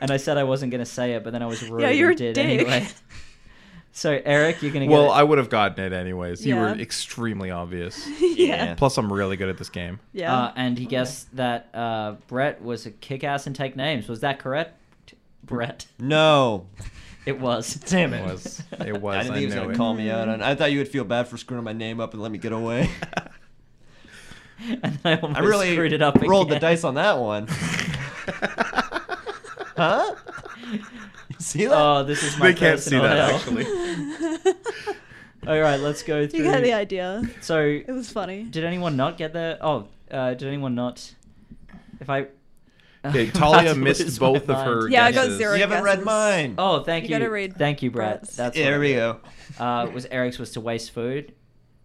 and I said I wasn't going to say it, but then I was rude
yeah, you're a
and did
dick.
anyway. So Eric, you're going to
Well,
get
I would have gotten it anyways. You were
Yeah.
extremely obvious.
yeah.
Yeah.
Plus, I'm really good at this game.
Yeah.
Uh, and he guessed that uh, Brett was a kick ass and take names. Was that correct, Brett?
No.
It was.
Damn
It was. It was.
I didn't think he was
knew
gonna
it.
call me out on. I thought you would feel bad for screwing my name up and let me get away.
and then I almost
I really
screwed it up.
rolled the
again.
dice on that one. huh? You see that?
Oh, this is my
They can't see
personal
that
hell.
actually.
All right, let's go through.
you got the idea.
So,
It was funny.
did anyone not get there? Oh, uh, did anyone not? If I.
Okay,
I'm
Talia
about to
missed
lose my
both of
mind.
her.
Yeah, I got
guesses.
zero.
you haven't read
guesses.
mine.
Oh, thank you.
You gotta read
Thank you, Brett.
Brett's.
That's
there
what
we
I-
go.
Uh, was Eric's was to waste food.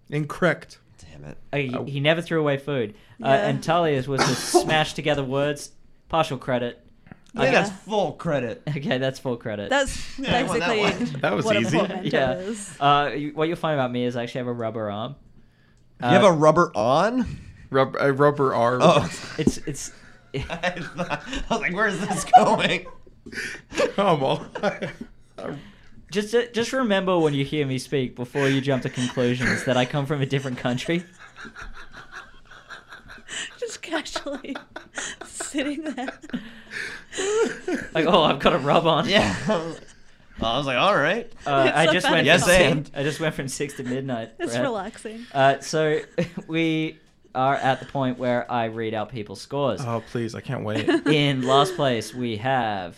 Incorrect.
Damn it.
Uh, he,
Oh.
he never threw away food. Uh,
Yeah.
and Talia's was to smash together words. Partial credit.
I
Yeah.
think that's full credit.
Okay, that's full credit.
That's
Yeah, I won that
basically
one.
That was
what
easy.
a portmanteau
yeah.
is.
Uh, you, what you'll find about me is I actually have a rubber arm. Uh,
you have a rubber on?
Rub, a rubber arm.
Oh.
It's it's.
I, thought, I was like, where is this going?
Come on.
Just just remember when you hear me speak before you jump to conclusions that I come from a different country.
Just casually sitting there.
Like oh, I've got a rub on.
Yeah. Well, I was like, all right.
Uh,
It's
I
so
just went.
Yes,
from
and.
six- I just went from six to midnight.
It's
Brett.
relaxing.
Uh, so we are at the point where I read out people's scores.
oh please! I can't wait.
In last place, we have.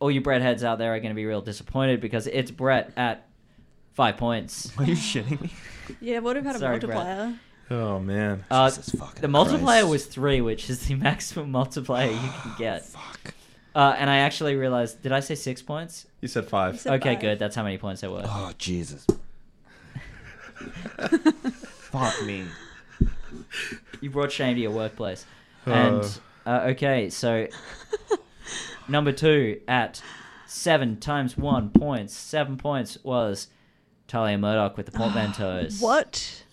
All you Brett heads out there are going to be real disappointed because it's Brett at five points.
Are you shitting me?
Yeah, would have had a
Sorry, Brett.
multiplier.
Oh man.
Uh,
Jesus fucking
the multiplier
Christ.
was three, which is the maximum multiplier you can get.
Fuck.
Uh, and I actually realized, did I say six points?
you said five.
You said-
okay,
five.
good. That's how many points there were.
Oh, Jesus. Fuck me.
You brought shame to your workplace. And uh, okay, so number two at seven times one points, seven points was Talia Murdoch with the portmanteaus.
What?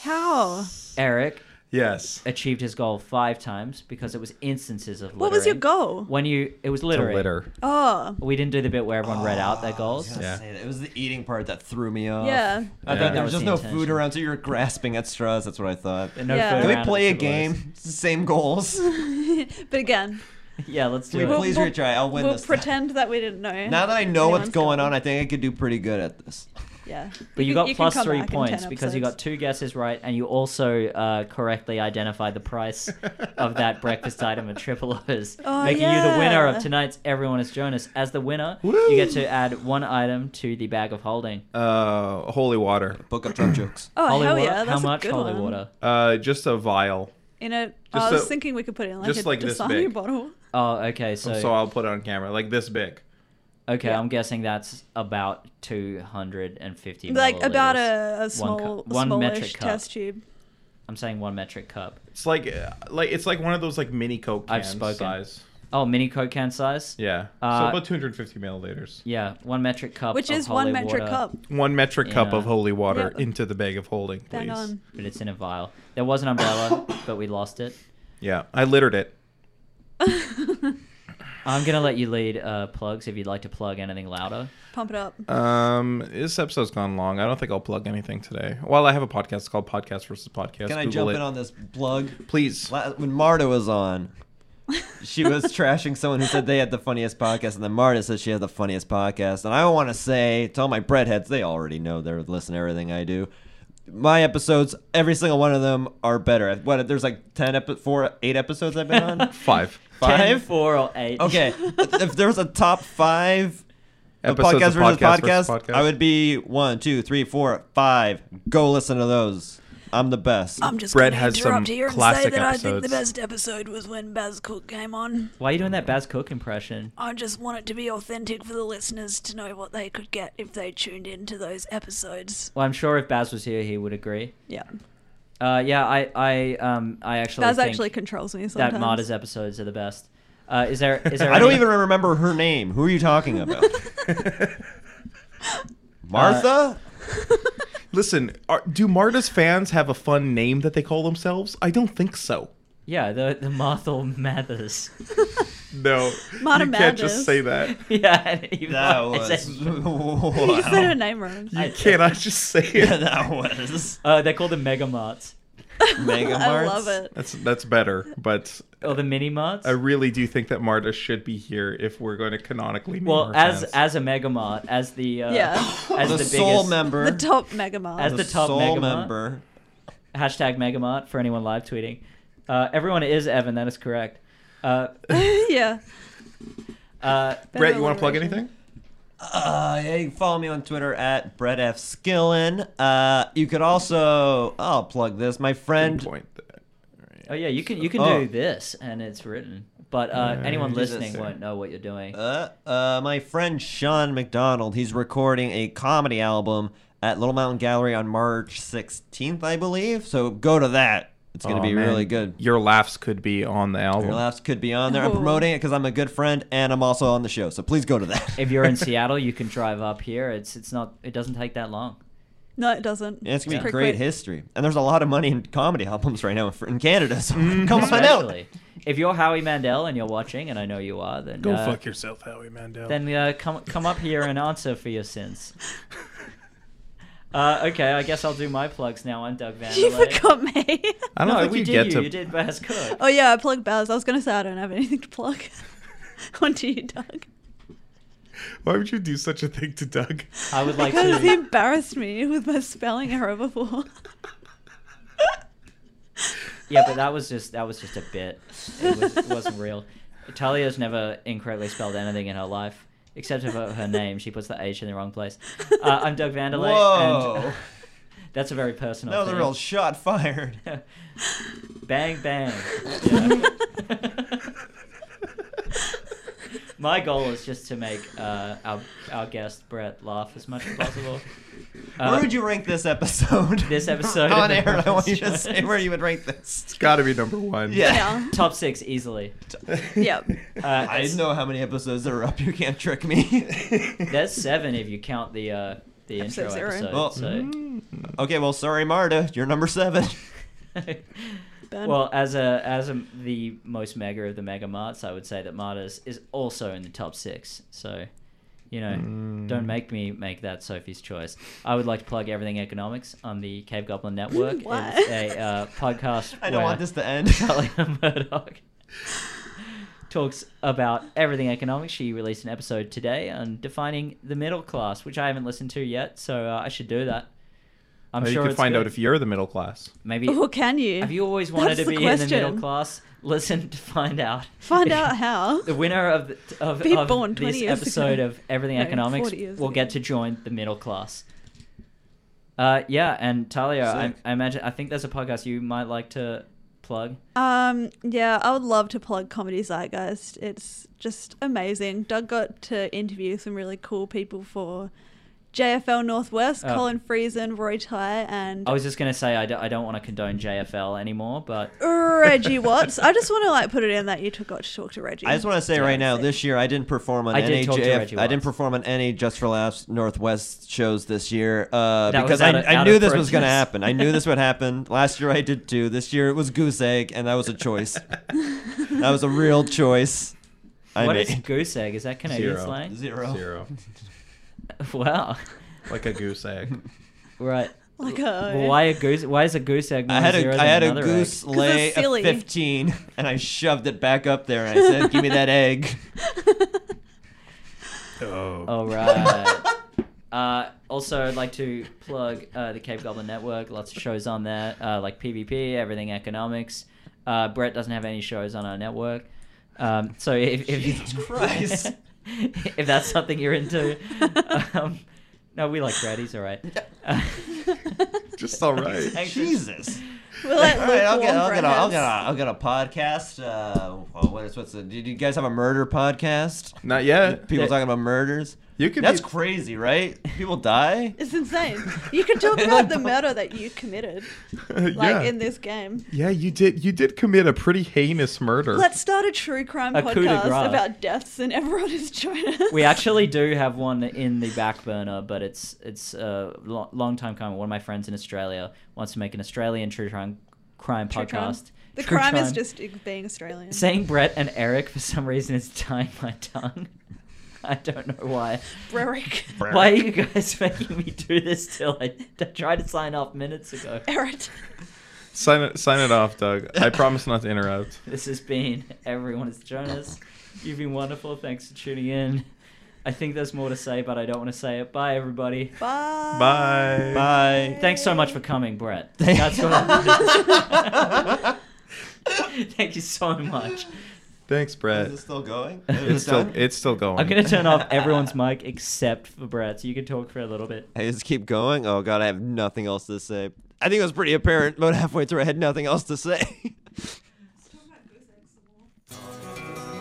How?
Eric
Yes.
achieved his goal five times because it was instances of littering.
What was your goal?
When you, it was
To
littering.
litter. Oh,
Oh,
We didn't do the bit where everyone read out their goals.
I was
Yeah.
gonna say that. It was the eating part that threw me off.
yeah.
I
Yeah.
thought
That
there
was
was just
the
no
intention.
food around, so you were grasping at straws. That's what I thought.
And no
Yeah.
further
Can we
round of
play a
the Triple O's.
game? It's the Same goals.
but again,
yeah, let's do
Will
it.
you please retry? I'll win
we'll
this time.
pretend that we didn't know.
Now that I know what's
Anyone's
going
gone.
on, I think I could do pretty good at this.
Yeah.
But you
can-
got
can
plus
come
three
back in
points
10
because you got
episodes.
two guesses right, and you also uh, correctly identified the price of that breakfast item at Triple O's,
Oh,
making you the winner of
yeah.
tonight's Everyone is Jonas. As the winner,
Woo!
you get to add one item to the bag of holding.
Uh, holy water.
Book up Trump jokes.
Oh,
holy
hell
water?
yeah. That's
How
a
much
good
holy
one.
water?
Uh, just a vial.
In a,
Just
I was
a-
thinking we could put it in like
just
a
like this
Dasani
big.
bottle.
Oh, okay.
So,
So,
I'll put it on camera, like this big.
okay,
Yeah.
I'm guessing that's about 250
Like about
milliliters.
a, a
One
small,
cup- one metric
smallish
cup.
test tube.
I'm saying one metric cup.
It's like, uh, like it's like one of those like mini Coke
I've
can
spoken.
size.
Oh, mini Coke can size?
Yeah. so
Uh,
about 250 milliliters.
Yeah, one metric cup.
Which
of
is one
holy
metric
water.
cup.
One metric cup
Yeah.
of holy water
Yeah.
into the bag of holding,
Bang
please.
on.
But it's in a vial. There was an umbrella, but we lost it.
Yeah, I littered it.
I'm gonna let you lead uh, plugs if you'd like to plug anything louder.
Pump it up.
Uh,
Um, this episode's gone long. I don't think I'll plug anything today. Well, I have a podcast it's called Podcast versus Podcast.
Can I
Google
jump
it.
in on this plug?
Please.
La- When Marta was on, she was trashing someone who said they had the funniest podcast, and then Marta said she had the funniest podcast. And I want to say to all my breadheads, they already know they're listening to everything I do. My episodes, every single one of them are better. What? There's like ten, epi- four, eight episodes I've been on.
Five.
Ten,
Five?
four, or eight.
Okay, if there was a top five of
Episodes
podcast
of
versus podcast, I would be one, two, three, four, five. Go listen to those. I'm the best.
I'm just
Brett
gonna
has some
interrupt here and say
classic
that I think the
episodes.
best episode was when Baz Cook came on.
Why are you doing that Baz Cook impression?
I just want it to be authentic for the listeners to know what they could get if they tuned into those episodes.
Well, I'm sure if Baz was here, he would agree.
Yeah.
Uh, yeah, I, I, um, I actually
Baz
think
actually controls me sometimes.
that Marta's episodes are the best. Uh, is there? Is there?
I don't
any-
even remember her name. Who are you talking about?
Uh,
Oh. Martha?
Listen, are, do Marta's fans have a fun name that they call themselves? I don't think so.
Yeah, the the Martha Mathers.
No,
Marta
you can't just
Mathis.
say that.
yeah, and even
that
though I
was.
said-
You said her
wow.
name wrong.
You cannot just say it.
that was.
Uh, they're called the Mega Marts
Mega
I
Marts?
love it.
That's that's better, but
or the Mini Marts.
I really do think that Marta should be here if we're going to canonically name
well,
her
as
fans.
as a Mega Mart, as the uh,
Yeah.
as
The,
the,
soul
biggest
member.
The top mega Mart.
As the top
soul
Mega Mart.
member.
hashtag Megamart for anyone live tweeting. Uh, everyone is Evan. That is correct. Uh,
yeah.
uh,
Brett,
Better
you want to plug
alliteration.
anything?
Uh, yeah, you can follow me on Twitter at Brett F. Skillen. Uh, you could also. I'll plug this. My friend.
Point.
oh yeah, you can you can
Oh.
do this, and it's written. But uh, anyone
Jesus.
listening won't know what you're doing.
Uh, uh, my friend Sean McDonald, he's recording a comedy album at Little Mountain Gallery on March 16th, I believe. So go to that. It's going to
Aw,
be
man,
really good.
Your laughs could be on the album.
Your laughs could be on there. I'm
Oh.
promoting it because I'm a good friend and I'm also on the show. So please go to that.
if you're in Seattle, you can drive up here. It's it's not it doesn't take that long.
No, it doesn't.
Yeah, it's going to be
pretty
great
quick.
history. And there's a lot of money in comedy albums right now in Canada. So come on
Mm,
out.
Especially if you're Howie Mandel and you're watching, and I know you are, then
Go
uh,
fuck yourself, Howie Mandel.
Then uh, come come up here and answer for your sins. Uh, okay, I guess I'll do my plugs now. I'm Doug Van.
You forgot me.
I don't
no,
think
we
you
did
get
you.
to.
You did Baz Cook.
Oh yeah, I plugged Baz. I was gonna say I don't have anything to plug. Onto you, Doug.
Why would you do such a thing to Doug?
I would like
Because he
to.
embarrassed me with my spelling error before.
Yeah, but that was just that was just a bit. It, was, it wasn't real. Talia's never incorrectly spelled anything in her life, except for her name. She puts the H in the wrong place. Uh, I'm Doug Vanderlei.
Whoa.
And that's a very personal.
That was a
thing.
real shot fired.
Uh, bang bang. Yeah. My goal is just to make uh, our our guest Brett laugh as much as possible. Uh,
where would you rank this episode?
this episode
on
of the
air. I want you to
Christmas
say where you would rank this.
It's got to be number one.
Yeah.
Top six easily.
yeah.
Uh,
I
it's-
didn't know how many episodes there are up. You can't trick me.
There's seven if you count the uh, the intro
Episode zero.
episode.
Well-
so.
Mm.
okay, well, sorry, Marta. You're number seven. mm-hmm.
Ben.
well, as a as a, the most mega of the mega marts, I would say that Marta's is also in the top six. So, you know,
Mm.
don't make me make that Sophie's choice. I would like to plug everything economics on the Cave Goblin Network.
Why?
It's a uh, podcast.
I don't
where
want this to end.
Talia Murdoch talks about everything economics. She released an episode today on defining the middle class, which I haven't listened to yet, so uh, I should do that. I'm
Or
sure
you could
it's
find
good.
out if you're the middle class.
maybe
Or can you?
have you always wanted
That's
to
the
be in the middle
question.
class? Listen to find out.
Find out how.
The winner of the, of,
Be
of
born 20
this
years
episode
ago.
of Everything
No,
Economics
40 years
will
ago.
get to join the middle class. Uh, yeah, and Talia, I,
Sick.
I imagine I think there's a podcast you might like to plug.
Um, yeah, I would love to plug Comedy Zeitgeist. It's just amazing. Doug got to interview some really cool people for JFL Northwest,
Oh.
Colin Friesen, Roy Ty, and
I was just gonna say I, d- I don't want to condone JFL anymore, but
Reggie Watts. I just want to like put it in that you took, got to talk to Reggie.
I just want to say right now,
sick.
this year I didn't perform on
I did
any
talk to
JF
Reggie
I didn't
Watts.
perform on any Just for Laughs Northwest shows this year uh,
That was
because
out
I,
of-
I
out
knew
of
this was going to
protest.
happen. I knew this would happen. Last year I did too. This year it was goose egg, and that was a choice. that was a real choice. I
what
made.
is goose egg? Is that Canadian
Zero.
slang?
Zero.
Zero.
Wow,
Like a goose egg.
right.
like oh, a
Well, why a goose? Why is a goose egg? More
I had
zero
a
than
I had a
another
goose
Egg?
lay
it's silly.
of fifteen, and I shoved it back up there, and I said, "Give me that egg."
Oh.
All right. uh, also, I'd like to plug uh, the Cape Goblin Network. Lots of shows on there, uh, like PvP, Everything Economics. Uh, Brett doesn't have any shows on our network, um, so if, if
Jesus Christ.
if that's something you're into, um, no, we like Brett. He's all right. Uh,
Just all right.
Thanks for-
Jesus.
We're like
All right, I'll get,
lukewarm
I'll, get a, I'll,
breadheads.
get a, I'll get a podcast. Uh, well, what is, what's the, did you guys have a murder podcast?
Not yet.
People
Yeah.
talking about murders.
You could
That's
be-
crazy, right? People die.
It's insane. You can talk about the murder that you committed, like
yeah.
in this game.
yeah, you did. You did commit a pretty heinous murder.
Let's start a true crime
A coup de
podcast
grace.
about deaths, and everyone is joining us.
we actually do have one in the back burner, but it's it's a lo- long time coming. One of my friends in Australia wants to make an Australian true crime crime
True
podcast.
crime. The
True
crime is
crime.
just being Australian.
saying Brett and Eric for some reason is tying my tongue. I don't know why.
Eric.
Why are you guys making me do this till I, I tried to sign off minutes ago?
Eric.
sign it. Sign it off, Doug. I promise not to interrupt.
This has been Everyone is Jonas. You've been wonderful. Thanks for tuning in. I think there's more to say, but I don't want to say it. Bye, everybody.
Bye.
Bye.
Bye.
Thanks so much for coming, Brett.
Thank-
That's all. Thank you so much.
Thanks, Brett.
Is it still going?
It's still. It's still going.
I'm going to turn off everyone's mic except for Brett, so you can talk for a little bit.
I just keep going. Oh, God, I have nothing else to say. I think it was pretty apparent about halfway through I had nothing else to say.
Let's talk about goose eggs some more.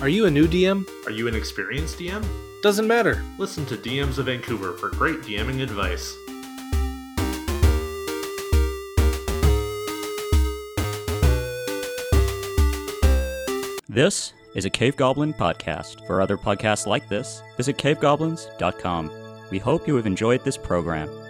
Are you a new DM?
Are you an experienced DM?
Doesn't matter.
Listen to DMs of Vancouver for great DMing advice.
This is a Cave Goblin podcast. For other podcasts like this, visit cavegoblins.com. We hope you have enjoyed this program.